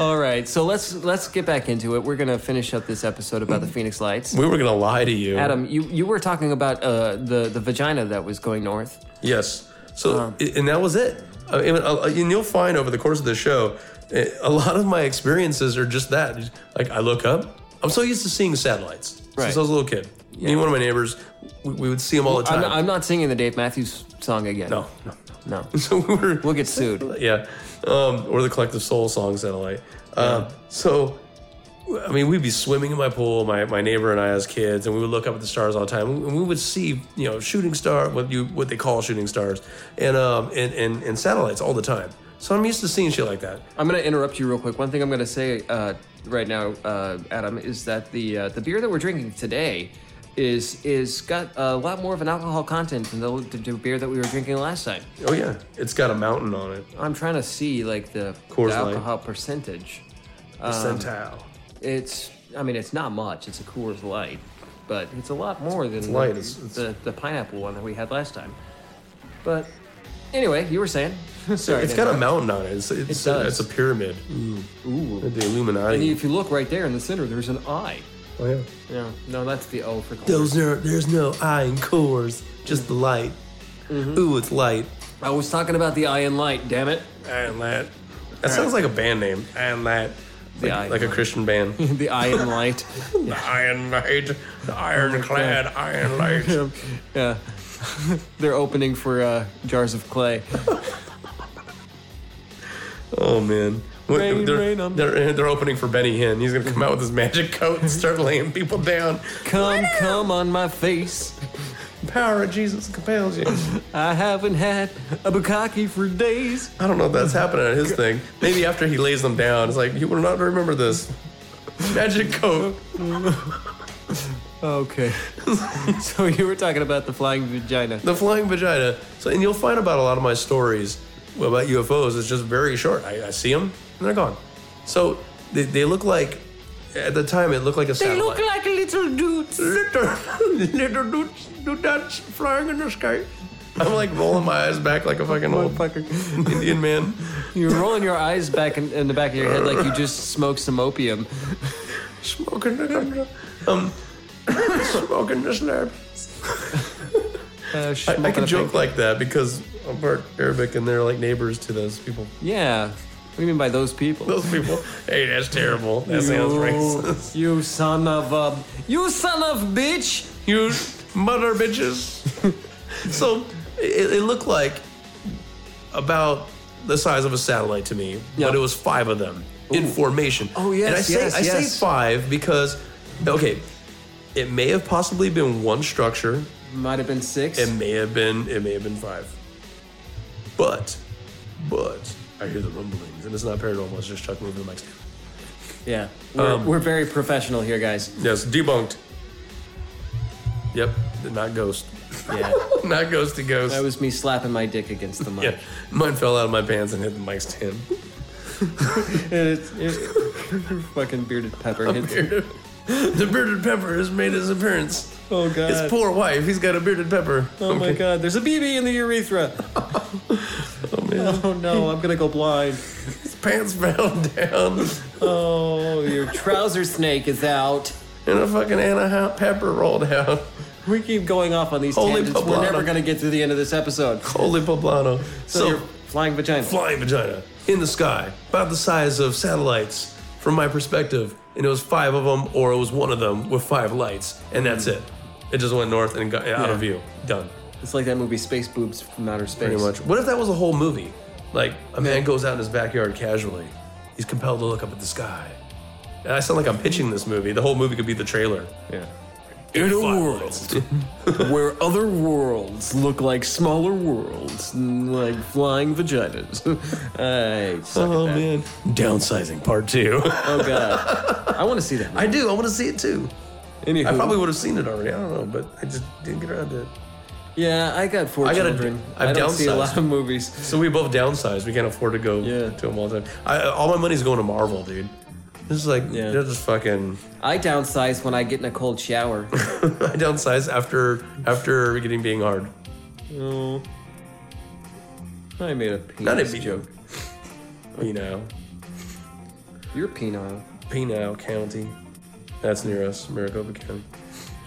S10: All right, so let's let's get back into it. We're gonna finish up this episode about the Phoenix Lights.
S3: We were gonna lie to you,
S10: Adam, you you were talking about uh, the the vagina that was going north.
S3: Yes. So,
S10: Uh-huh.
S3: i- and that was it. I mean, uh, and you'll find over the course of the show, eh, a lot of my experiences are just that. Just, Like I look up. I'm so used to seeing satellites
S10: Right.
S3: since I was a little kid. Me and one of my neighbors, we, we would see them all the
S10: I'm,
S3: time.
S10: I'm not singing the Dave Matthews song again.
S3: no, no.
S10: no,
S3: So we were
S10: we'll get sued.
S3: yeah, um, or the Collective Soul song satellite. Uh, so, I mean, we'd be swimming in my pool, my, my neighbor and I as kids, and we would look up at the stars all the time, and we would see you know shooting star, what you what they call shooting stars, and um and and, and satellites all the time. So I'm used to seeing shit like that.
S10: I'm gonna interrupt you real quick. One thing I'm gonna say uh, right now, uh, Adam, is that the uh, the beer that we're drinking today is is got a lot more of an alcohol content than the, the beer that we were drinking last time.
S3: Oh yeah, it's got a mountain on it.
S10: I'm trying to see like the,
S3: Coors
S10: the
S3: Light.
S10: alcohol percentage. Um,
S3: Percentile.
S10: It's I mean it's not much. It's a Coors Light, but it's a lot more than
S3: light,
S10: The,
S3: it's- it's-
S10: the the pineapple one that we had last time. But anyway, you were saying. Sorry,
S3: It's
S10: to
S3: got a
S10: interrupt.
S3: mountain on it. It's it's,
S10: It does.
S3: it's a pyramid. Ooh, the Illuminati.
S10: And if you look right there in the center, there's an eye.
S3: oh yeah.
S10: No, no, that's the O for Coors.
S3: Those are, there's no I in cores, just the light.
S10: Mm-hmm.
S3: Ooh, it's light.
S10: I was talking about the eye and light. Damn it,
S3: And that. That sounds like a band name. And that.
S10: The
S3: like,
S10: Iron
S3: like a
S10: Maiden.
S3: Christian band.
S10: the eye and light.
S3: the Iron Maid, the Ironclad Iron Light.
S10: yeah, they're opening for uh, jars of clay.
S3: Oh man. What-
S10: Rain,
S3: they're,
S10: rain on-
S3: they're, they're opening for Benny Hinn. He's gonna come out with his magic coat and start laying people down.
S10: Come, come on my face.
S3: Power of Jesus compels you.
S10: I haven't had a bukkake for days.
S3: I don't know if that's happening at his thing. Maybe after he lays them down, it's like you will not remember this. Magic coat.
S10: Okay. so you were talking about the flying vagina.
S3: The flying vagina. So, and you'll find about a lot of my stories about UFOs. It's just very short. I, I see them and they're gone. So they, they look like, at the time, it looked like a
S10: They
S3: satellite.
S10: look like little dudes.
S3: little, little do, do dots flying in the sky. I'm like rolling my eyes back like a fucking old
S10: Motherfucker.
S3: Indian man.
S10: You're rolling your eyes back in, in the back of your head like you just smoked some opium.
S3: Smoking the ganja. Um, smoking the slab.
S10: Uh,
S3: I, I
S10: smoking
S3: can
S10: a
S3: joke
S10: pig.
S3: like that because I'm part Arabic and they're like neighbors to those people.
S10: Yeah. What do you mean by those people?
S3: Those people. hey, that's terrible. That sounds racist.
S10: You son of a. You son of bitch!
S3: You mother bitches. so it, it looked like about the size of a satellite to me, but
S10: Yeah.
S3: it was five of them in formation.
S10: Oh, yes,
S3: and I say
S10: yes,
S3: I
S10: yes.
S3: say five because okay, it may have possibly been one structure.
S10: Might have been six.
S3: It may have been it may have been five. But but I hear the rumblings, and it's not paranormal. It's just Chuck moving the mics.
S10: yeah. We're,
S3: Um,
S10: we're very professional here, guys.
S3: Yes, debunked. Yep, not ghost,
S10: Yeah.
S3: not ghosty ghost.
S10: that was me slapping my dick against the mic.
S3: Yeah, mine fell out of my pants and hit the mic stand.
S10: And it's, it- fucking bearded pepper.
S3: Oh,
S10: hits-
S3: the bearded pepper has made his appearance.
S10: oh god.
S3: His poor wife, he's got a bearded pepper.
S10: Oh my god, there's a BB in the urethra.
S3: Oh, man.
S10: Oh no, I'm gonna go blind.
S3: His pants fell down,
S10: Oh, your trouser snake is out.
S3: and a fucking Anaheim pepper rolled out.
S10: We keep going off on these
S3: Holy
S10: tangents. We're
S3: poblano.
S10: never gonna get to the end of this episode.
S3: Holy poblano!
S10: So,
S3: So,
S10: your flying vagina.
S3: flying vagina in the sky, about the size of satellites from my perspective, and it was five of them, or it was one of them with five lights, and that's it. It just went north and got out of
S10: Hmm. Yeah.
S3: view. Done.
S10: It's like that movie Space Boobs from Outer Space.
S3: Pretty much. What if that was a whole movie? Like a man goes out in his backyard casually. He's compelled to look up at the sky. And I sound like I'm pitching this movie. The whole movie could be the trailer.
S10: Yeah. In a world where other worlds look like smaller worlds, mm, like flying vaginas. I suck
S3: Oh
S10: at that.
S3: man. Downsizing part two.
S10: Oh god, I want to see that.
S3: I do. I want to see it too.
S10: Anywho,
S3: I probably would have seen it already. I don't know, but I just didn't get around to it.
S10: yeah, I got four
S3: I gotta-
S10: children.
S3: I've
S10: I don't see a
S3: downsized.
S10: lot of movies.
S3: So we both downsized. We can't afford to go
S10: Yeah.
S3: to them all the time. I, all my money's going to Marvel, dude. This is like
S10: Yeah.
S3: they're just fucking.
S10: I downsize when I get in a cold shower.
S3: I downsized after after getting being hard.
S10: oh, I made a penis
S3: Not a big
S10: joke.
S3: joke. You know.
S10: You're penile.
S3: Pinal County. That's near us, Maricopa County.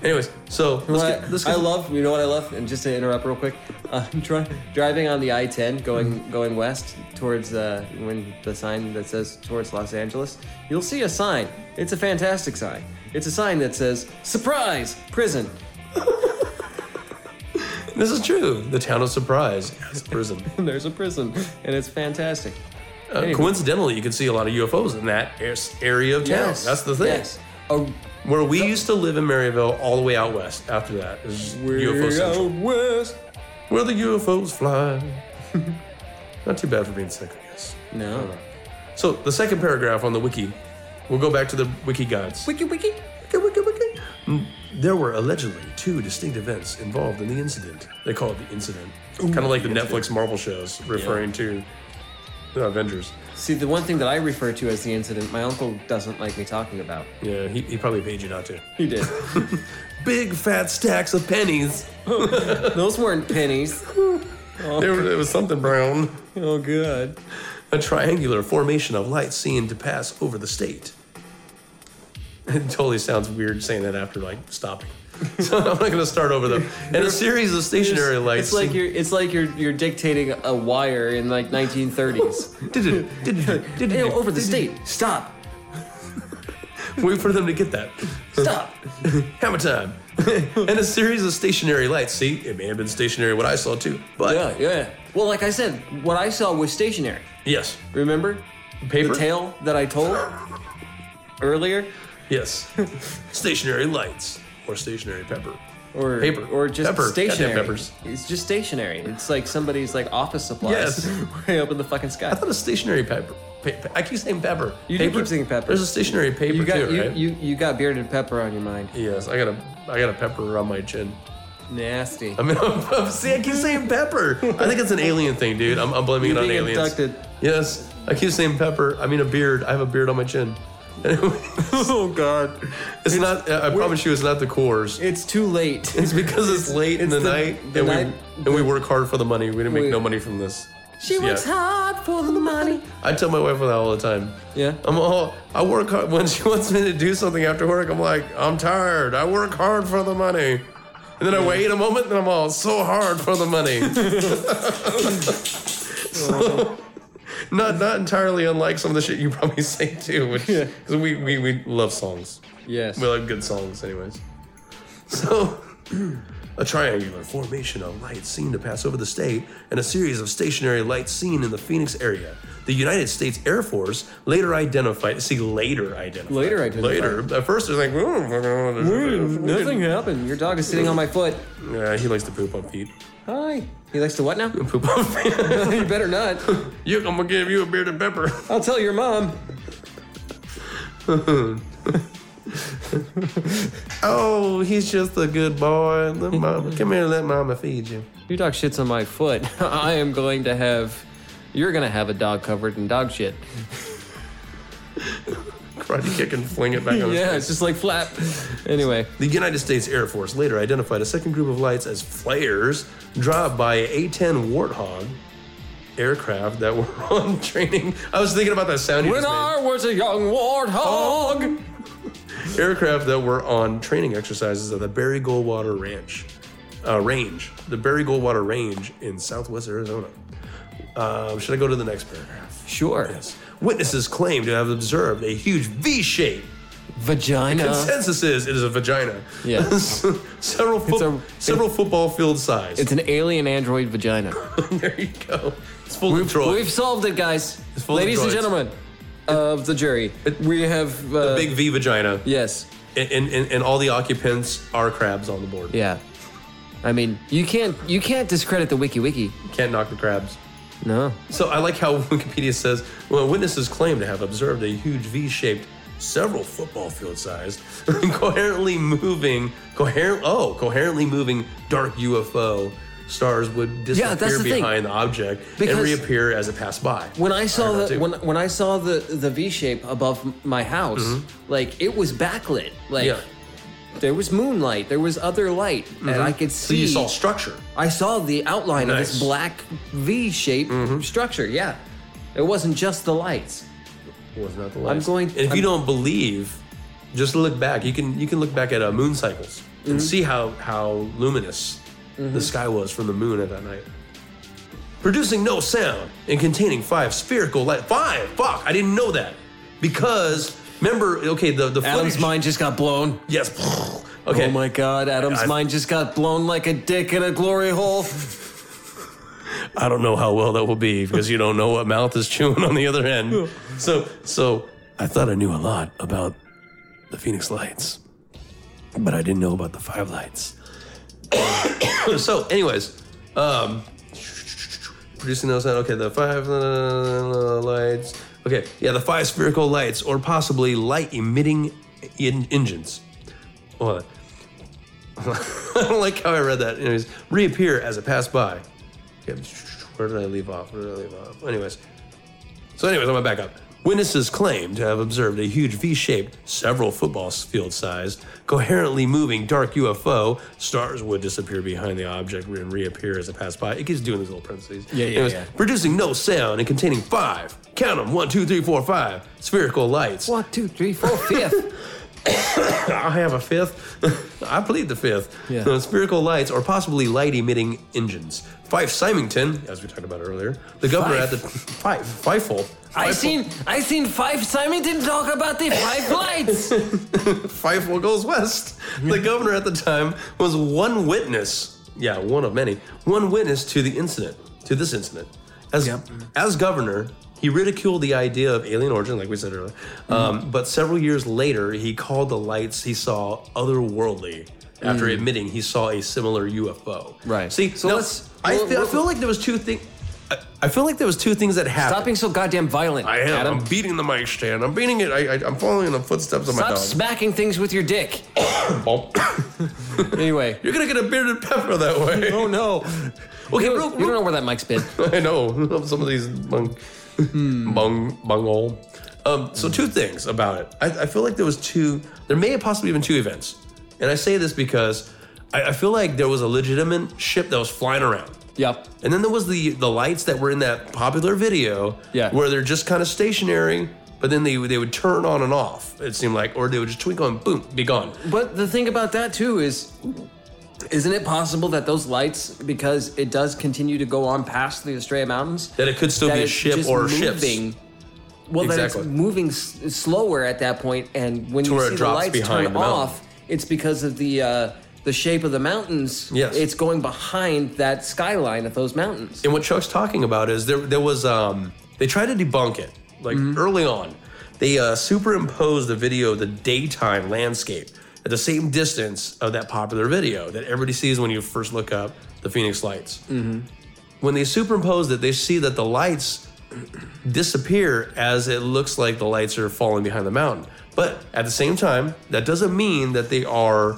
S3: Anyways, so let's
S10: What
S3: get, let's
S10: I
S3: get-
S10: love, you know what I love, and just to interrupt real quick, uh, dri- driving on the I-10
S3: Mm-hmm.
S10: going going west towards uh, when the sign that says towards Los Angeles, you'll see a sign. It's a fantastic sign. It's a sign that says "Surprise Prison."
S3: this is true. The town of Surprise is a prison.
S10: There's a prison, and it's fantastic.
S3: Uh, coincidentally, you can see a lot of UFOs in that as- area of town. That's the thing.
S10: Yes. A-
S3: Where we used to live in Maryville, all the way out west. After that is UFO
S10: Way
S3: Central,
S10: out west.
S3: where the UFOs fly. Not too bad for being sick, I guess.
S10: No.
S3: So the second paragraph on the wiki, we'll go back to the wiki gods.
S10: Wiki wiki.
S3: Wiki, wiki, wiki. There were allegedly two distinct events involved in the incident. They call it the incident. kind of like the Netflix Marvel shows referring to the Avengers.
S10: See, the one thing that I refer to as the incident, my uncle doesn't like me talking about.
S3: Yeah, he, he probably paid you not to.
S10: He did.
S3: Big fat stacks of pennies.
S10: Those weren't pennies.
S3: There, was- there was something brown.
S10: Oh, good.
S3: A triangular formation of light seen to pass over the state. It totally sounds weird saying that after like stopping. So I'm not going to start over though. And a series of stationary
S10: It's
S3: lights.
S10: like you're it's like you're you're dictating a wire in like 1930s. Hey, over the state. Stop.
S3: Wait for them to get that.
S10: Stop.
S3: Hammer time. and a series of stationary lights. See, it may have been stationary what I saw too, but
S10: Yeah, yeah. Well, like I said, what I saw was stationary.
S3: yes,
S10: Remember?
S3: Paper?
S10: the tale that I told earlier,
S3: Yes. stationary lights or stationary pepper.
S10: or
S3: Paper.
S10: or just
S3: Pepper. Goddamn
S10: stationary.
S3: peppers.
S10: It's just stationary. It's like somebody's like office supplies
S3: Yes.
S10: way up in the fucking sky.
S3: I thought a stationary pepper. Pa- I keep saying pepper.
S10: You do
S3: paper?
S10: keep saying pepper.
S3: There's a stationary paper
S10: you got
S3: too,
S10: you,
S3: right?
S10: you you got bearded pepper on your mind.
S3: yes, I got a I got a pepper on my chin.
S10: Nasty.
S3: I mean, see, I keep saying pepper. I think it's an alien thing, dude. I'm, I'm blaming
S10: You're
S3: it on
S10: being
S3: aliens.
S10: abducted.
S3: Yes, I keep saying pepper. I mean a beard. I have a beard on my chin.
S10: oh god.
S3: It's not. I promise you, it's not the cores.
S10: It's too late.
S3: It's because it's, late in
S10: it's
S3: the,
S10: the-
S3: night,
S10: the
S3: and
S10: night-
S3: we and we work hard for the money. We didn't make
S10: We-
S3: no money from this.
S10: She
S3: Yeah.
S10: works hard for the money.
S3: I tell my wife that all the time.
S10: Yeah.
S3: I'm all. I work hard when she wants me to do something after work. I'm like, I'm tired. I work hard for the money. And then I wait a moment, and I'm all so hard for the money. So, not not entirely unlike some of the shit you probably say too, which because we, we we love songs.
S10: Yes.
S3: We like good songs, anyways. So, a triangular formation of lights seemed to pass over the state, and a series of stationary lights seen in the Phoenix area. The United States Air Force later identified. See, later identified.
S10: Later identified.
S3: Later. At first, it's like, "We don't fucking know what it is."
S10: Hmm, Nothing happened. Your dog is sitting on my foot.
S3: Yeah, he likes to poop on feet.
S10: Hi. He likes to what now?
S3: Poop on feet.
S10: you better not.
S3: you, I'm gonna give you a beard and pepper.
S10: I'll tell your mom.
S3: Oh, he's just a good boy. Let mama, come here, let mama feed you.
S10: Your dog shits on my foot. I am going to have. You're going to have a dog covered in dog shit.
S3: Karate kick and fling it back on his
S10: Yeah,
S3: face.
S10: it's just like flap. Anyway,
S3: The United States Air Force later identified a second group of lights as flares dropped by A 10 Warthog aircraft that were on training. I was thinking about that sound you
S10: when
S3: just made.
S10: I was a young warthog.
S3: Aircraft that were on training exercises at the Barry Goldwater Ranch. Uh, range. The Barry Goldwater Range in southwest Arizona. Um, should I go to the next paragraph?
S10: Sure.
S3: Witnesses claim to have observed a huge V shape
S10: Vagina.
S3: Consensus is it is a vagina.
S10: Uh. Yeah.
S3: several fo-
S10: a-
S3: several football field size.
S10: It's an alien android vagina.
S3: there you go. It's full of Troy.
S10: We've solved it, guys.
S3: full of
S10: Ladies and
S3: droids.
S10: gentlemen of the jury, we have. Uh,
S3: Big V vagina.
S10: Yes.
S3: And, and, and, and all the occupants are crabs on the board.
S10: Yeah. I mean, you can't you can't discredit the wiki wiki.
S3: Can't knock the crabs.
S10: No.
S3: So I like how Wikipedia says well, witnesses claim to have observed a huge V shaped, several football field sized, coherently moving, coherent, oh, coherently moving dark UFO. Stars would disappear
S10: Yeah, that's the thing.
S3: behind the object and
S10: Because-
S3: reappear as it passed by.
S10: When I
S3: heard
S10: saw
S3: that
S10: the
S3: too.
S10: when when I saw the the V shape above m- my house, like it was backlit. Like
S3: Mm-hmm. Yeah.
S10: there was moonlight, there was other light, and I could
S3: Mm-hmm. So
S10: see.
S3: you saw structure.
S10: I saw the outline of
S3: Nice.
S10: this
S3: Mm-hmm.
S10: black V shaped structure. Yeah, it wasn't just the lights.
S3: was not the last.
S10: going-
S3: And if you
S10: I'm-
S3: don't believe, just look back. You can you can look back at uh, moon cycles
S10: Mm-hmm.
S3: and see how how luminous the sky was from the moon at that night. Producing no sound and containing five spherical light. Five. Fuck. I didn't know that because remember. Okay. The the
S10: Adam's
S3: footage-
S10: mind just got blown.
S3: Yes. Okay.
S10: Oh my God! Adam's
S3: I-
S10: mind just got blown like a dick in a glory hole.
S3: I don't know how well that will be because you don't know what mouth is chewing on the other end. So, so I thought I knew a lot about the Phoenix Lights, but I didn't know about the Five Lights. so, anyways, um, producing those okay, the five uh, lights. Okay, yeah, the five spherical lights, or possibly light emitting en- engines. Hold on. I don't like how I read that. Anyways, reappear as it passed by. Okay, where did I leave off? Where did I leave off? Anyways. So, anyways, I'm gonna back up. Witnesses claim to have observed a huge V shaped, several football field sized, coherently moving dark UFO. Stars would disappear behind the object and reappear as it passed by. It keeps doing these little parentheses. Yeah, yeah,
S10: yeah.
S3: Producing no sound and containing five, count them, one, two, three, four, five, spherical lights.
S10: One, two, three, four, fifth.
S3: I have a fifth. I plead the fifth.
S10: Yeah.
S3: Uh, spherical lights or possibly light emitting engines. Fife Symington, as we talked about earlier, the governor at the Fife Fifeful.
S10: I seen I seen five Simon didn't talk about the five lights.
S3: Fifeful goes west. The governor at the time was one witness. Yeah, one of many. One witness to the incident. To this incident. As as governor, He ridiculed the idea of alien origin, like we said earlier.
S10: Mm-hmm.
S3: Um, but several years later, he called the lights he saw otherworldly. After admitting he saw a similar
S10: Mm.
S3: UFO.
S10: Right.
S3: See,
S10: So
S3: now,
S10: let's-
S3: I,
S10: we'll-
S3: feel, I
S10: we'll-
S3: feel like there was two things. I, I feel like there was two things that happened.
S10: Stop being so goddamn violent,
S3: I am.
S10: Adam.
S3: I'm beating the mic stand. I'm beating it. I, I, I'm following in the footsteps of my
S10: Stop
S3: dog.
S10: smacking things with your dick. Anyway.
S3: You're gonna get a bearded pepper that way.
S10: Oh no.
S3: Okay,
S10: You
S3: real,
S10: don't, you don't know where that mic's been.
S3: I know some of these bung, Hmm. bung, bunghole. Um, so two things about it. I, I feel like there was two. There may have possibly been two events, and I say this because I, I feel like there was a legitimate ship that was flying around.
S10: Yep.
S3: And then there was the the lights that were in that popular video,
S10: Yeah.
S3: where they're just kind of stationary, but then they they would turn on and off. It seemed like, or they would just twinkle and boom, be gone.
S10: But the thing about that too is, isn't it possible that those lights, because it does continue to go on past the Estrella Mountains,
S3: That it could still
S10: that
S3: be a
S10: it's
S3: ship
S10: just
S3: or ships.
S10: moving? Well, that
S3: Exactly.
S10: it's moving s- slower at that point, and when
S3: To
S10: you
S3: where it
S10: see the
S3: drops
S10: lights
S3: behind
S10: turn
S3: the mountain.
S10: off, it's because of the uh, the shape of the mountains.
S3: Yes.
S10: it's going behind that skyline of those mountains.
S3: And what Chuck's talking about is there there was um they tried to debunk it like early on. They uh, superimposed the video of the daytime landscape at the same distance of that popular video that everybody sees when you first look up the Phoenix Lights. When they superimpose it, they see that the lights disappear as it looks like the lights are falling behind the mountain. But at the same time, that doesn't mean that they are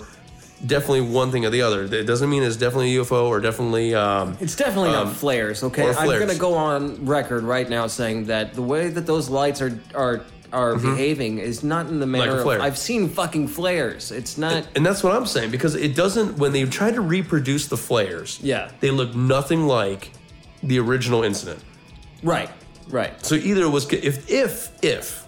S3: definitely one thing or the other. It doesn't mean it's definitely a UFO or definitely um,
S10: It's definitely not flares, okay?
S3: or
S10: I'm
S3: flares.
S10: going to go on record right now saying that the way that those lights are are are behaving is not in the manner
S3: Mm-hmm. flare.
S10: of I've seen fucking flares. It's not
S3: And that's what I'm saying because it doesn't. When they tried to reproduce the flares,
S10: Yeah.
S3: they look nothing like the original incident.
S10: right. Right.
S3: So either it was if if if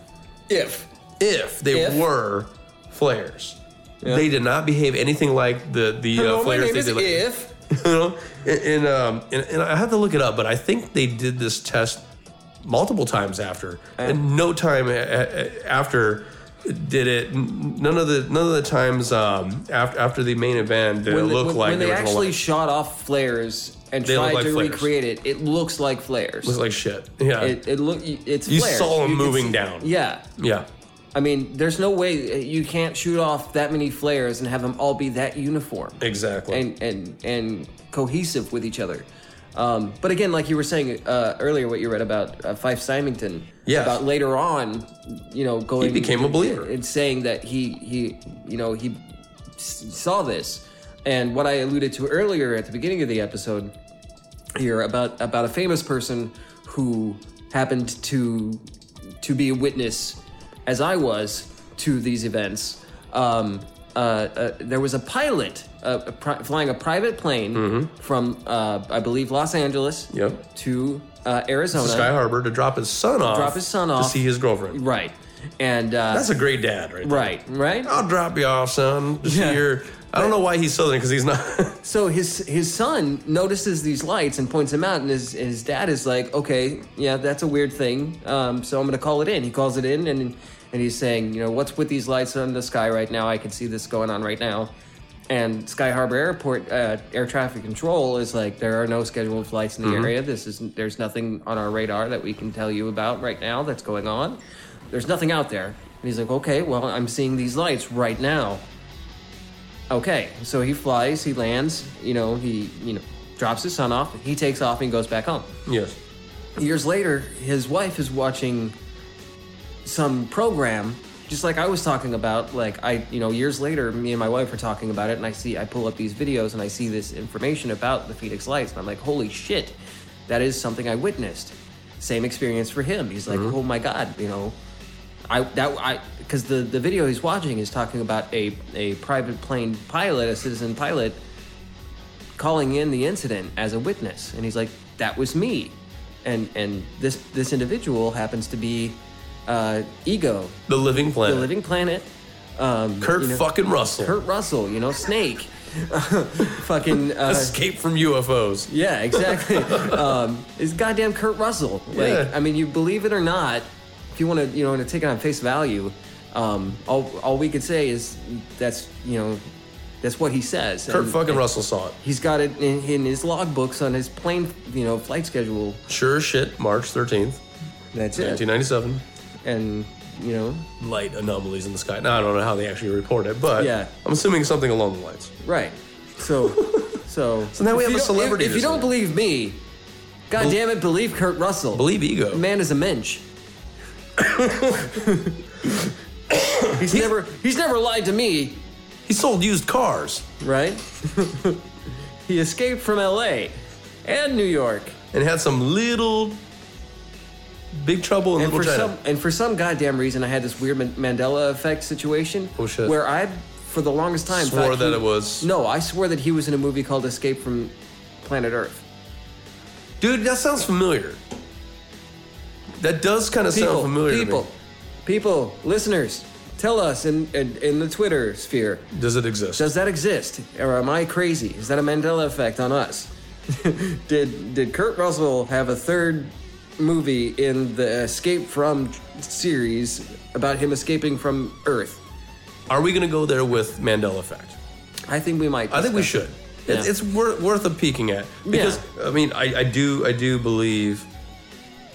S10: If
S3: if they
S10: If.
S3: were flares, they did not behave anything like the the uh,
S10: Hello, my
S3: flares
S10: name
S3: they
S10: is
S3: did. later.
S10: If.
S3: you know, and, and, um, and, and I have to look it up, but I think they did this test multiple times after, and no time a- a- after did it. None of the none of the times um, after after the main event did it
S10: they-
S3: look like
S10: when
S3: the
S10: they
S3: original
S10: actually
S3: line.
S10: shot off flares and
S3: They look
S10: tried
S3: like
S10: to
S3: flares.
S10: recreate it, it looks like flares.
S3: Looks like shit. Yeah,
S10: it, it look it's
S3: You
S10: flares.
S3: saw 'em
S10: could
S3: moving
S10: see-
S3: down.
S10: Yeah.
S3: yeah.
S10: I mean, there's no way uh, you can't shoot off that many flares and have them all be that uniform.
S3: Exactly.
S10: and and and cohesive with each other. Um, but again, like you were saying uh, earlier, what you read about uh, Fife Symington,
S3: Yes.
S10: about later on, you know, going
S3: became a believer.
S10: and saying that he he you know he s- saw this, and what I alluded to earlier at the beginning of the episode here about about a famous person who happened to to be a witness, as I was, to these events. Um, uh, uh, there was a pilot uh, a pri- flying a private plane from, uh, I believe, Los Angeles
S3: Mm-hmm. Yep.
S10: to uh, Arizona.
S3: Sky Harbor to drop his son off.
S10: Drop his son
S3: to
S10: off.
S3: see his girlfriend.
S10: Right, and uh,
S3: That's a great dad, right? There.
S10: right, right.
S3: I'll drop you off, son.
S10: Yeah.
S3: To see your. I don't know why he's southern because he's not.
S10: So his his son notices these lights and points them out, and his his dad is like, "Okay, yeah, that's a weird thing. Um, so I'm gonna call it in." He calls it in, and and he's saying, "You know, what's with these lights on the sky right now? I can see this going on right now." And Sky Harbor Airport uh, air traffic control is like, "There are no scheduled flights in the area. This is there's nothing on our radar that we can tell you about right now that's going on. There's nothing out there." And he's like, "Okay, well, I'm seeing these lights right now." Okay, so he flies, he lands, you know, he you know drops his son off, he takes off and goes back home.
S3: yes.
S10: Years later, his wife is watching some program, just like I was talking about. Like I, you know, years later, me and my wife are talking about it, and I see I pull up these videos and I see this information about the Phoenix Lights, and I'm like, holy shit, that is something I witnessed. Same experience for him. He's like, oh my god, you know, I that I because the the video he's watching is talking about a a private plane pilot, a citizen pilot, calling in the incident as a witness, and he's like, "That was me," and and this this individual happens to be uh, Ego,
S3: The living planet.
S10: the Living Planet, um,
S3: Kurt
S10: you know,
S3: fucking Russell.
S10: Kurt Russell, you know, Snake, fucking uh,
S3: Escape from UFOs.
S10: yeah, exactly. um, it's goddamn Kurt Russell. Like,
S3: Yeah.
S10: I mean, you believe it or not, if you want to, you know, to take it on face value, um, all all we could say is that's you know, that's what he says.
S3: Kurt
S10: And-
S3: fucking
S10: and
S3: Russell saw it.
S10: He's got it in, in his logbooks on his plane, you know, flight schedule.
S3: Sure as shit, March 13th.
S10: That's it.
S3: 1997.
S10: And you know,
S3: Light anomalies in the sky. Now I don't know how they actually report it, but
S10: Yeah.
S3: I'm assuming something along the lines.
S10: right. So, so. So
S3: now we have a celebrity
S10: If,
S3: this
S10: you don't
S3: week.
S10: believe me, God damn it, believe Kurt Russell.
S3: Believe ego.
S10: The man is a mensch. he's never he's never lied to me,
S3: He sold used cars
S10: right? he escaped from L.A. and New York,
S3: and had some little big trouble in
S10: and for
S3: Little China.
S10: some and for some goddamn reason, I had this weird Man- Mandela effect situation
S3: Oh, shit.
S10: where I, for the longest time,
S3: Swore
S10: thought
S3: that
S10: he-
S3: it was-
S10: no. I swore that he was in a movie called Escape from Planet Earth.
S3: Dude, that sounds familiar. That does kind of sound
S10: People,
S3: familiar.
S10: people,
S3: To me.
S10: people, listeners, tell us in, in in the Twitter sphere.
S3: Does it exist?
S10: Does that exist, or am I crazy? Is that a Mandela effect on us? did did Kurt Russell have a third movie in the Escape from series about him escaping from Earth?
S3: Are we going to go there with Mandela effect?
S10: I think we might.
S3: I think we
S10: discuss
S3: should.
S10: it.
S3: It's,
S10: Yeah.
S3: it's wor- worth a peeking at because I mean I, I do I do believe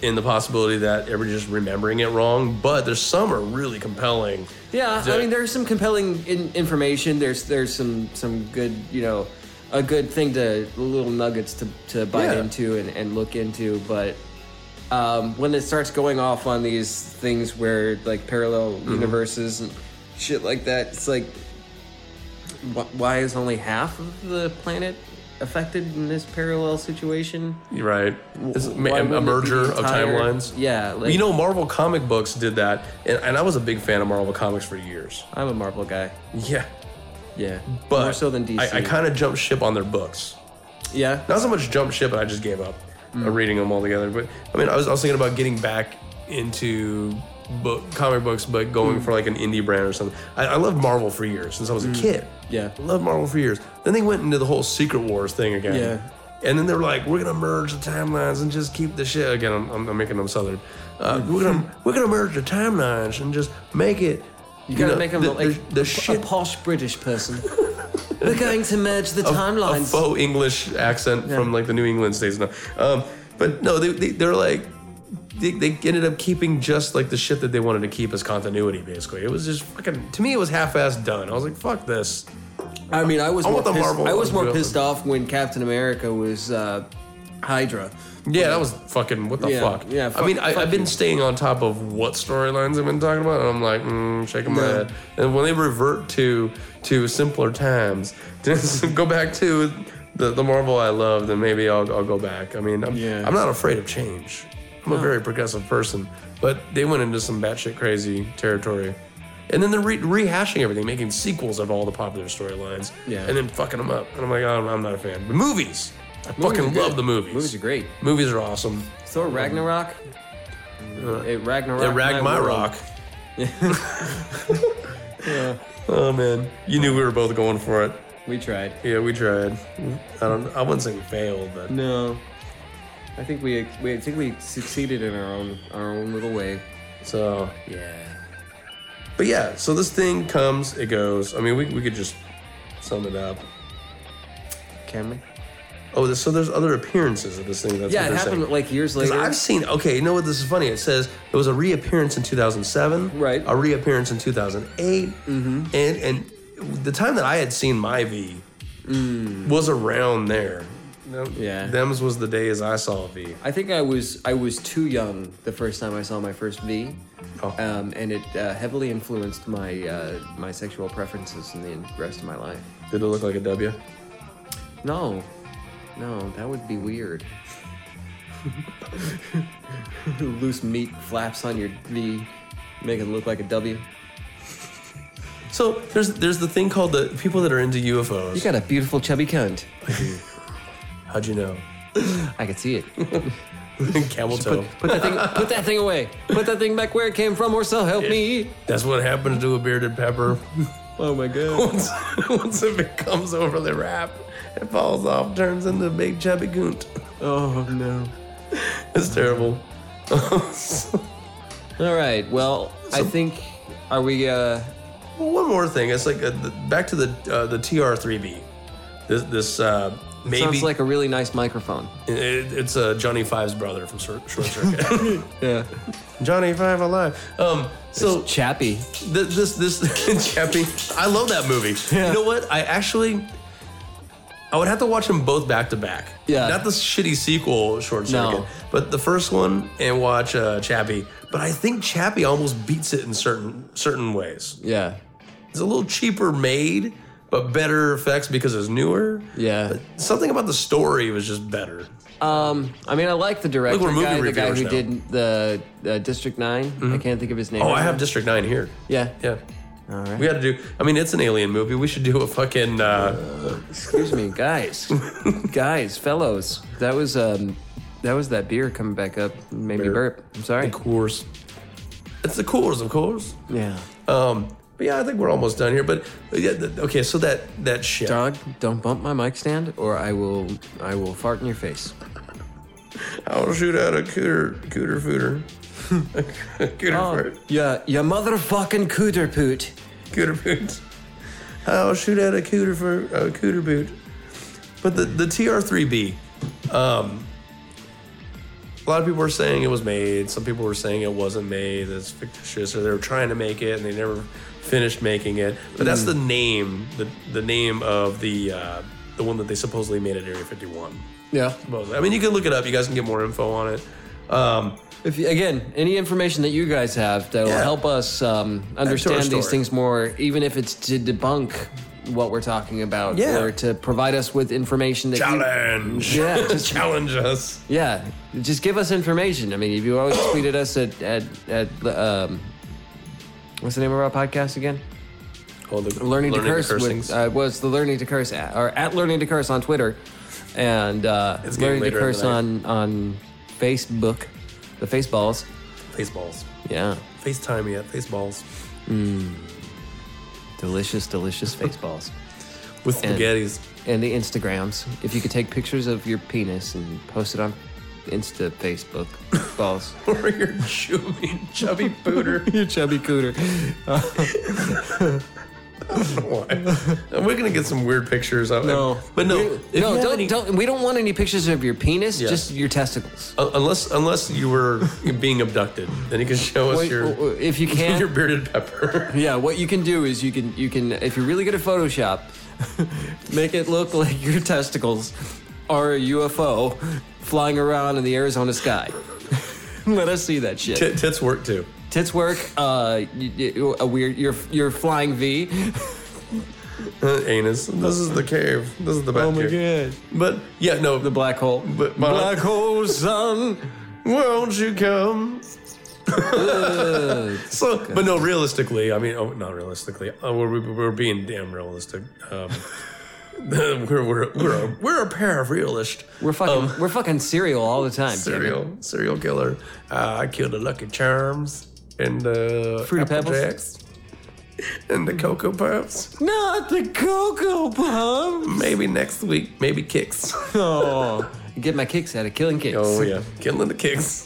S3: in the possibility that everybody's just remembering it wrong, but there's some are really compelling.
S10: Yeah,
S3: Yeah.
S10: I mean, there's some compelling in- information. There's there's some some good you know a good thing to little nuggets to to bite
S3: Yeah.
S10: into and, and look into, but. Um, when it starts going off on these things where like parallel
S3: Mm-hmm.
S10: universes and shit like that, it's like, wh- why is only half of the planet affected in this parallel situation?
S3: You're Right, it's a,
S10: Why
S3: a
S10: wouldn't it be
S3: merger
S10: the
S3: of
S10: entire-
S3: timelines.
S10: Yeah, like,
S3: You know, Marvel comic books did that, and, and I was a big fan of Marvel comics for years.
S10: I'm a Marvel guy.
S3: Yeah,
S10: Yeah,
S3: but
S10: more so than DC.
S3: I, I kind of jumped ship on their books.
S10: yeah.
S3: not so much jump ship, but I just gave up
S10: Hmm.
S3: uh, reading them all together. But I mean, I was, I was thinking about getting back into book, comic books, but
S10: Hmm.
S3: going for like an indie brand or something. I, I loved Marvel for years since I was a kid.
S10: Yeah.
S3: loved Marvel for years. Then they went into the whole Secret Wars thing again.
S10: Yeah.
S3: And then they were like, "We're gonna merge the timelines and just keep the shit." Again, I'm, I'm, I'm making them southern. Uh,
S10: Hmm.
S3: we're gonna we're gonna merge the timelines and just make it.
S10: You gotta make him
S3: the,
S10: look like
S3: the, the shit
S10: a posh British person. We're going to merge the
S3: a
S10: timelines.
S3: faux English accent from like the New England states. No, um, but no, they, they they're like they, they ended up keeping just like the shit that they wanted to keep as continuity. Basically, it was just fucking to me. It was half-assed done. I was like, fuck this.
S10: I mean, I was
S3: I
S10: more
S3: want the
S10: pissed,
S3: Marvel
S10: I was
S3: one,
S10: more
S3: yeah.
S10: pissed off when Captain America was uh, Hydra.
S3: Yeah, that was fucking what the
S10: Yeah,
S3: fuck.
S10: yeah,
S3: I
S10: fuck-
S3: mean, I,
S10: fuck
S3: I've been
S10: you.
S3: staying on top of what storylines I've been talking about, and I'm like, mm, shaking my
S10: No.
S3: head. And when they revert to to simpler times, just go back to the, the Marvel I love, then maybe I'll, I'll go back. I mean, I'm,
S10: Yeah.
S3: I'm not afraid of change. I'm a very progressive person, but they went into some batshit crazy territory. And then they're re- rehashing everything, making sequels of all the popular storylines,
S10: Yeah.
S3: and then fucking them up. And I'm like, oh, I'm not a fan. But movies, I
S10: Movies are
S3: fucking
S10: good.
S3: love the movies.
S10: Movies are great.
S3: Movies are awesome.
S10: Thor Ragnarok. It Ragnarok.
S3: Mm-hmm. Uh, It ragged my
S10: world.
S3: rock. Oh man, you knew we were both going for it.
S10: We tried.
S3: Yeah, we tried. I don't. I wouldn't say we failed, but
S10: No, I think we, we I think we succeeded in our own our own little way.
S3: so.
S10: Yeah.
S3: But yeah, so this thing comes, it goes. I mean, we we could just sum it up.
S10: Can we?
S3: Oh, so there's other appearances of this thing. That's
S10: Yeah,
S3: what
S10: it
S3: they're
S10: happened
S3: saying.
S10: like years
S3: 'Cause
S10: later.
S3: I've seen. Okay, you know what? This is funny. It says there was a reappearance in 2007.
S10: Right.
S3: A reappearance in 2008. Mm-hmm. And and the time that I had seen my V
S10: Mm.
S3: was around there. No-
S10: Yeah.
S3: Them's was the days I saw V.
S10: I think I was I was too young the first time I saw my first V, um, and it uh, heavily influenced my uh, my sexual preferences in the rest of my life.
S3: Did it look like a W?
S10: No, no, that would be weird. Loose meat flaps on your V, make it look like a W.
S3: So there's there's the thing called the people that are into UFOs.
S10: You got a beautiful chubby cunt.
S3: How'd you know?
S10: I could see it.
S3: Camel toe.
S10: Put that thing, put that thing away. Put that thing back where it came from, or so help me.
S3: That's what happens to a bearded pepper
S10: Oh my god.
S3: once once it becomes overly wrapped. It falls off, turns into a big chubby goont.
S10: Oh no.
S3: It's terrible.
S10: All right. Well, I think are we? uh
S3: Well, one more thing. It's like uh the, back to the uh, the TR3B. This this uh, Maybe
S10: Sounds like a really nice microphone.
S3: It- it's uh, Johnny Five's brother from Short Short Circuit.
S10: Yeah.
S3: Johnny Five alive. Um, so
S10: It's Chappy.
S3: th- this this Chappie, I love that movie. You know what? I actually, I would have to watch them both back to back.
S10: Yeah.
S3: Not the shitty sequel Short
S10: No.
S3: Circuit, but the first one and watch uh, Chappie. But I think Chappie almost beats it in certain certain ways.
S10: Yeah.
S3: It's a little cheaper made, but better effects because it's newer.
S10: Yeah.
S3: But something about the story was just better.
S10: Um, I mean, I like the director
S3: Look, we're
S10: guy, the
S3: movie
S10: guy
S3: reviewers
S10: who
S3: now.
S10: did the uh, District 9 I can't think of his name.
S3: Oh,
S10: right
S3: I have
S10: now.
S3: District Nine here.
S10: Yeah.
S3: Yeah.
S10: All right.
S3: We got to do. I mean, it's an alien movie. We should do a fucking. Uh,
S10: Excuse me, guys, guys, fellows. That was um, that was that beer coming back up. It Made me
S3: Beer.
S10: burp. I'm sorry.
S3: course. It's the course, of course.
S10: Yeah.
S3: Um, but yeah, I think we're almost done here. But uh, yeah, the, okay, so that that ship.
S10: Dog, don't bump my mic stand, or I will I will fart in your face.
S3: I'll shoot out a cooter cooter footer. A cooter
S10: Oh.
S3: foot.
S10: Yeah, you motherfucking cooter poot.
S3: Cooter boot. I'll shoot out a cooter for a cooter boot. But the the TR3B. Um, a lot of people were saying it was made. Some people were saying it wasn't made. It's fictitious, or they were trying to make it and they never finished making it. But that's
S10: Hmm.
S3: the name, the, the name of the uh, the one that they supposedly made at Area 51.
S10: Yeah.
S3: Supposedly. I mean, you can look it up. You guys can get more info on it. Um,
S10: If you- again, any information that you guys have that'll
S3: Yeah.
S10: help us um, understand
S3: story.
S10: these things more, even if it's to debunk what we're talking about,
S3: Yeah.
S10: or to provide us with information that you-
S3: challenge.
S10: Yeah, just-
S3: challenge us.
S10: Yeah, just give us information. I mean, if you always tweeted us at at at the, um, what's the name of our podcast again?
S3: Oh, the,
S10: Learning, to curse.
S3: things.
S10: with, uh, was the learning to curse at, or at learning to curse on Twitter, and uh,
S3: It's
S10: learning
S3: getting
S10: to
S3: later in the
S10: curse
S3: night.
S10: on on Facebook, the Faceballs.
S3: Faceballs.
S10: Yeah,
S3: FaceTime yet. Faceballs.
S10: delicious, delicious Faceballs.
S3: With
S10: And-
S3: spaghettis.
S10: and the Instagrams. If you could take pictures of your penis and post it on Insta, Facebook, balls.
S3: Or your chubby, chubby pooter.
S10: Your chubby cooter.
S3: Uh, Why? We're gonna get some weird pictures of
S10: No.
S3: it. But no, if you
S10: no,
S3: have
S10: don't,
S3: any-
S10: don't. We don't want any pictures of your penis,
S3: Yeah.
S10: just your testicles.
S3: Un- uh, unless unless you were being abducted, then you can show us
S10: Wait,
S3: your
S10: w- w- if you can.
S3: your bearded pepper.
S10: yeah, what you can do is you can you can if you're really good at Photoshop, make it look like your testicles are a UFO flying around in the Arizona sky. Let us see that shit.
S3: T- tits work too.
S10: Tits work. Uh, y- y- a weird. You're you're flying V.
S3: Uh, anus. This is the cave. This is the back
S10: Oh
S3: cave. But yeah, no.
S10: The black hole.
S3: But- but-
S10: black hole sun.
S3: Won't you come? so, but no, realistically, I mean, oh, not realistically. Uh, we're, we're being damn realistic. Um, we're, we're, we're, a, we're a pair of realist.
S10: We're fucking we're fucking serial all the time. damn it.
S3: serial serial killer. Uh, I killed the Lucky Charms and the
S10: Fruity
S3: Apple
S10: Pebbles?
S3: Jacks and the Cocoa Puffs.
S10: Not the cocoa pump.
S3: Maybe next week, maybe kicks.
S10: Oh, get my kicks out of killing kicks.
S3: oh yeah, killing the kicks.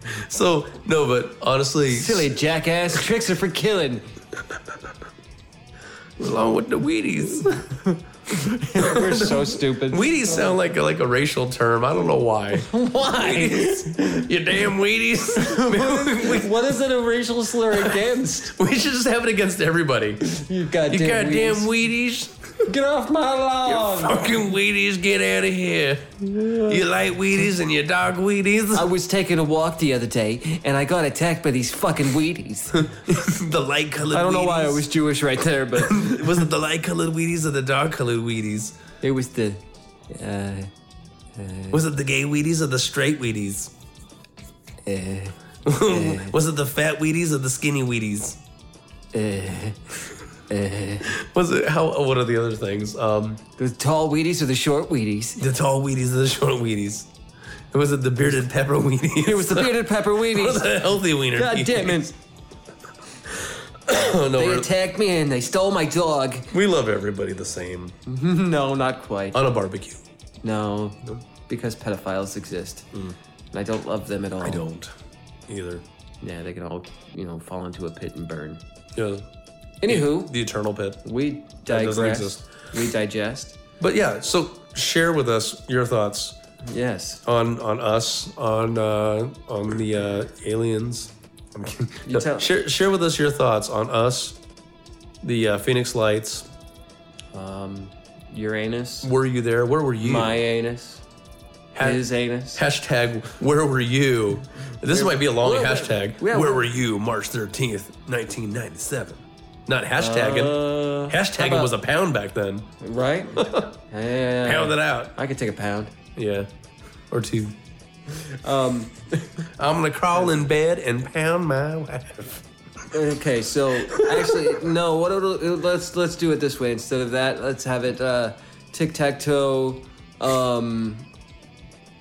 S3: so no, but honestly,
S10: Silly jackass tricks are for killing.
S3: along with the Wheaties.
S10: We're so stupid.
S3: Wheaties sound like a, like a racial term. I don't know why.
S10: Why?
S3: you damn Wheaties. Maybe
S10: what is it a racial slur against?
S3: we, we should just have it against everybody.
S10: You goddamn, Oh,
S3: You goddamn
S10: weeds.
S3: Wheaties.
S10: Get off my lawn!
S3: Fucking Wheaties, get out of here. You like Wheaties and your dog Wheaties?
S10: I was taking a walk the other day and I got attacked by these fucking Wheaties.
S3: the light colored
S10: I don't know why I was Jewish right there, but
S3: Was it the light colored Wheaties or the dark colored Wheaties?
S10: it was the. Uh,
S3: Was it the gay Wheaties or the straight Wheaties?
S10: uh,
S3: Was it the fat Wheaties or the skinny Wheaties?
S10: uh,
S3: Was it how? What are the other things? Um,
S10: the tall Wheaties or the short Wheaties?
S3: the tall Wheaties or the short Wheaties? Was it the bearded pepper Wheaties?
S10: It was the bearded pepper
S3: Or
S10: Wheaties.
S3: the healthy wiener.
S10: God damn it.
S3: Wheaties? Oh, no,
S10: They
S3: we're-
S10: attacked me and they stole my dog.
S3: we love everybody the same
S10: No, not quite.
S3: on a barbecue.
S10: No, because pedophiles exist, and I don't love them at all.
S3: Hmm. I don't either.
S10: Yeah, they can all you know fall into a pit and burn.
S3: Yeah,
S10: Anywho,
S3: the eternal pit.
S10: we
S3: doesn't
S10: digress.
S3: exist.
S10: We digest.
S3: But yeah, so share with us your thoughts
S10: Yes.
S3: on on us on uh, on the uh, aliens. I'm kidding. No,
S10: tell-
S3: share share with us your thoughts on us, the uh, Phoenix Lights.
S10: Um, Uranus.
S3: Were you there? Where were you?
S10: My anus.
S3: Ha-
S10: His anus.
S3: hashtag. Where were you? This might be a long
S10: where-
S3: hashtag.
S10: yeah,
S3: where
S10: where-
S3: were you? March thirteenth, nineteen ninety seven. Not hashtagging.
S10: Uh,
S3: hashtagging
S10: how about-
S3: was a pound back then.
S10: Right? yeah.
S3: Pound it out.
S10: I could take a pound.
S3: Yeah, or two.
S10: Um,
S3: I'm gonna crawl in bed and pound my wife.
S10: okay, so actually, no. What it'll, it'll- let's let's do it this way instead of that. Let's have it uh, tic tac toe. Um,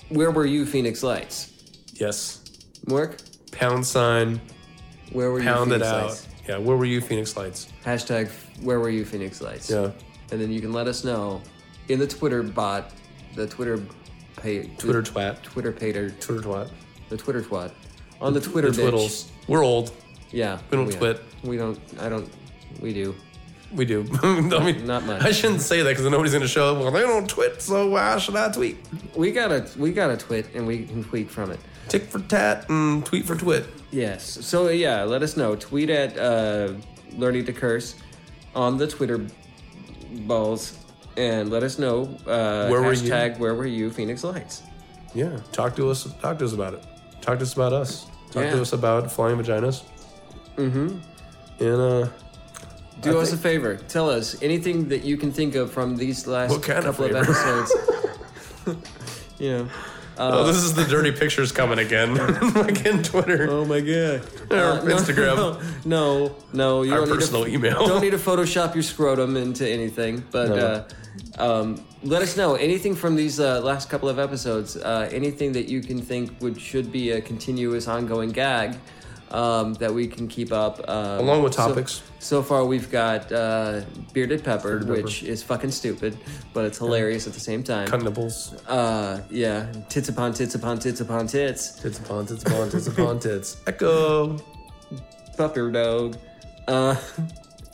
S10: where were you, Phoenix Lights?
S3: Yes.
S10: Work.
S3: Pound sign.
S10: Where were
S3: Pound
S10: you?
S3: it
S10: Phoenix
S3: out.
S10: Lights?
S3: Yeah. Where were you, Phoenix Lights?
S10: Hashtag. Where were you, Phoenix Lights?
S3: Yeah.
S10: And then you can let us know in the Twitter bot, the Twitter pay,
S3: Twitter twat.
S10: Twitter pater,
S3: Twitter twat.
S10: the Twitter twat, on the
S3: The
S10: Twitter bitch.
S3: twiddles. We're old.
S10: Yeah.
S3: We don't twit.
S10: We don't. I don't. We do.
S3: We do. I mean,
S10: Not much.
S3: I shouldn't say that because nobody's gonna show up. Well, they don't twit, so why should I tweet?
S10: We got a we got a twit and we can tweet from it.
S3: Tick for tat and tweet for twit.
S10: Yes. So yeah, let us know. Tweet at uh, learning to curse on the Twitter balls and let us know uh,
S3: Where were you?
S10: hashtag where were you Phoenix Lights.
S3: Yeah. Talk to us. Talk to us about it. Talk to us about us. Talk
S10: Yeah.
S3: to us about flying vaginas. Mm-hmm. And uh.
S10: Do
S3: I
S10: us
S3: think-
S10: a favor. Tell us anything that you can think of from these last
S3: What kind of
S10: couple of,
S3: favor?
S10: episodes. you know. Uh,
S3: oh, this is the dirty pictures coming again. Fucking Twitter.
S10: Oh my god. Uh,
S3: Or Instagram.
S10: No, no, no, you
S3: Our
S10: don't
S3: personal
S10: need to,
S3: email.
S10: Don't need to Photoshop your scrotum into anything. But uh, um, let us know anything from these uh, last couple of episodes. Uh, anything that you can think would should be a continuous, ongoing gag um, that we can keep up. Um,
S3: Along with
S10: so-
S3: topics.
S10: So, far, we've got uh, bearded pepper, which is fucking stupid, but it's hilarious at the same time.
S3: Cunt nipples.
S10: Uh, yeah, tits upon tits upon tits upon tits.
S3: Tits upon tits upon tits upon tits. Echo.
S10: Pupper dog. Uh,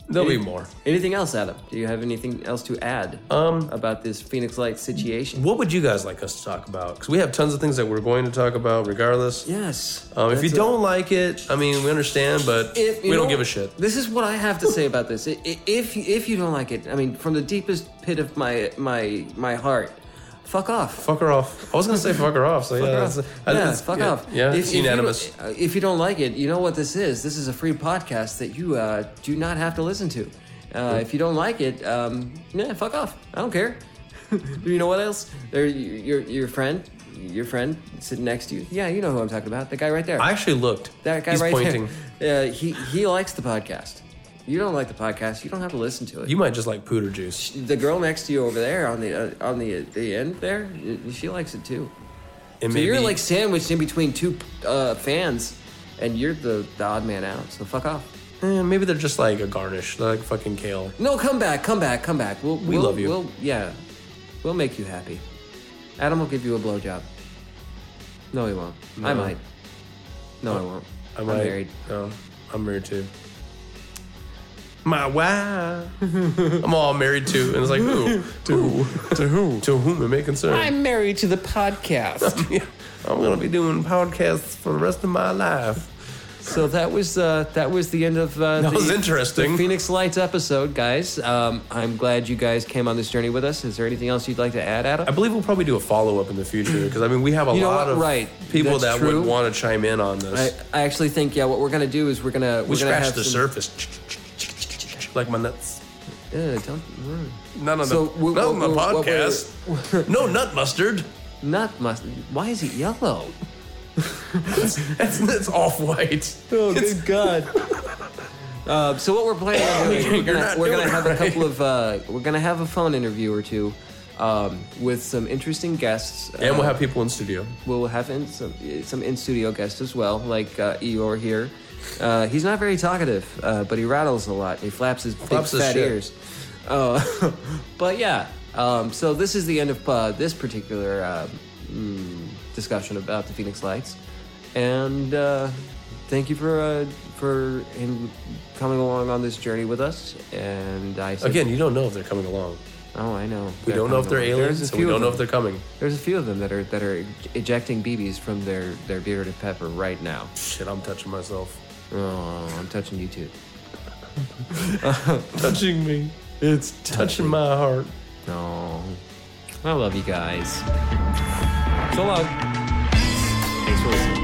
S3: There'll be more.
S10: Anything else, Adam? Do you have anything else to add
S3: Um,
S10: about this Phoenix Light situation?
S3: What would you guys like us to talk about? Because we have tons of things that we're going to talk about, regardless.
S10: Yes.
S3: Um, if you
S10: That's it.
S3: don't like it, I mean, we understand, but
S10: If-
S3: we
S10: you
S3: don't
S10: know,
S3: give a shit.
S10: This is what I have to say about this. I- i- If if you don't like it, I mean, from the deepest pit of my my my heart, fuck off.
S3: Fuck her off. I was gonna say fuck her off. So yeah,
S10: Fuck
S3: that's,
S10: off.
S3: I-
S10: yeah,
S3: that's-
S10: fuck
S3: yeah,
S10: off.
S3: Yeah,
S10: If-
S3: it's
S10: if you don't-
S3: unanimous.
S10: uh, if you don't like it, you know what this is. This is a free podcast that you uh, do not have to listen to. Uh, if you don't like it, um, yeah, fuck off. I don't care. you know what else? There, you- your your friend, your friend sitting next to you. Yeah, you know who I'm talking about. The guy right there.
S3: I actually looked.
S10: that guy
S3: He's
S10: right
S3: pointing.
S10: there. Yeah, he he likes the podcast. You don't like the podcast. You don't have to listen to it
S3: You might just like pooter juice.
S10: the girl next to you over there on the uh, on the the end there, y- she likes it too. So
S3: And maybe
S10: you're like sandwiched in between two uh, fans, and you're the, the odd man out. So fuck off.
S3: eh, maybe they're just like a garnish. They're like fucking kale.
S10: No, come back, come back, come back. We'll,
S3: We
S10: we'll-
S3: love you.
S10: We'll, yeah, we'll make you happy. Adam will give you a blowjob. No, he won't. I might. No, I won't.
S3: I
S10: I'm
S3: might-
S10: married.
S3: No, I'm married too. My wife. I'm all married too, and it's like who? to who? To who? To whom it may concern.
S10: I'm married to the podcast.
S3: Yeah, I'm gonna be doing podcasts for the rest of my life.
S10: so that was uh, that was the end of uh,
S3: That
S10: the,
S3: was interesting.
S10: the Phoenix Lights episode, guys. Um, I'm glad you guys came on this journey with us. Is there anything else you'd like to add, Adam?
S3: I believe we'll probably do a follow up in the future because I mean we have a
S10: You know
S3: lot
S10: what?
S3: of
S10: Right.
S3: people
S10: That's
S3: that
S10: true.
S3: would want to chime in on this.
S10: I, I actually think yeah. What we're gonna do is we're gonna
S3: we
S10: are gonna have
S3: scratched the
S10: some-
S3: surface, like my nuts.
S10: Yeah, don't worry.
S3: Not on
S10: So,
S3: the
S10: w-
S3: not
S10: w-
S3: on the
S10: w- what we're-
S3: podcast. no nut mustard.
S10: Not must. Why is it yellow?
S3: That's, that's off white.
S10: Oh, good God. Uh, so what we're planning on doing, we're gonna,
S3: not
S10: we're
S3: doing
S10: gonna
S3: it
S10: have a couple of, uh, we're gonna have a phone interview or two um, with some interesting guests.
S3: And
S10: Uh,
S3: we'll have people in studio.
S10: we'll have in some some in studio guests as well, like uh, Eeyore here. Uh, he's not very talkative, uh, but he rattles a lot. He flaps his
S3: Flaps
S10: big
S3: his
S10: fat
S3: shit.
S10: ears. Uh, but yeah, um, so this is the end of uh, this particular uh, mm, discussion about the Phoenix Lights, and uh, thank you for uh, for in coming along on this journey with us. And I said,
S3: Again, you don't know if they're coming along.
S10: Oh, I know.
S3: We don't know if they're aliens,
S10: There's a
S3: and we
S10: few
S3: don't
S10: of
S3: know
S10: them.
S3: if they're coming.
S10: There's a few of them that are that are ejecting BBs from their their bearded pepper right now.
S3: Shit, I'm touching myself.
S10: Oh, I'm touching you too.
S3: Touching me. It's touching my heart.
S10: No, I love you guys. So long. Thanks for listening.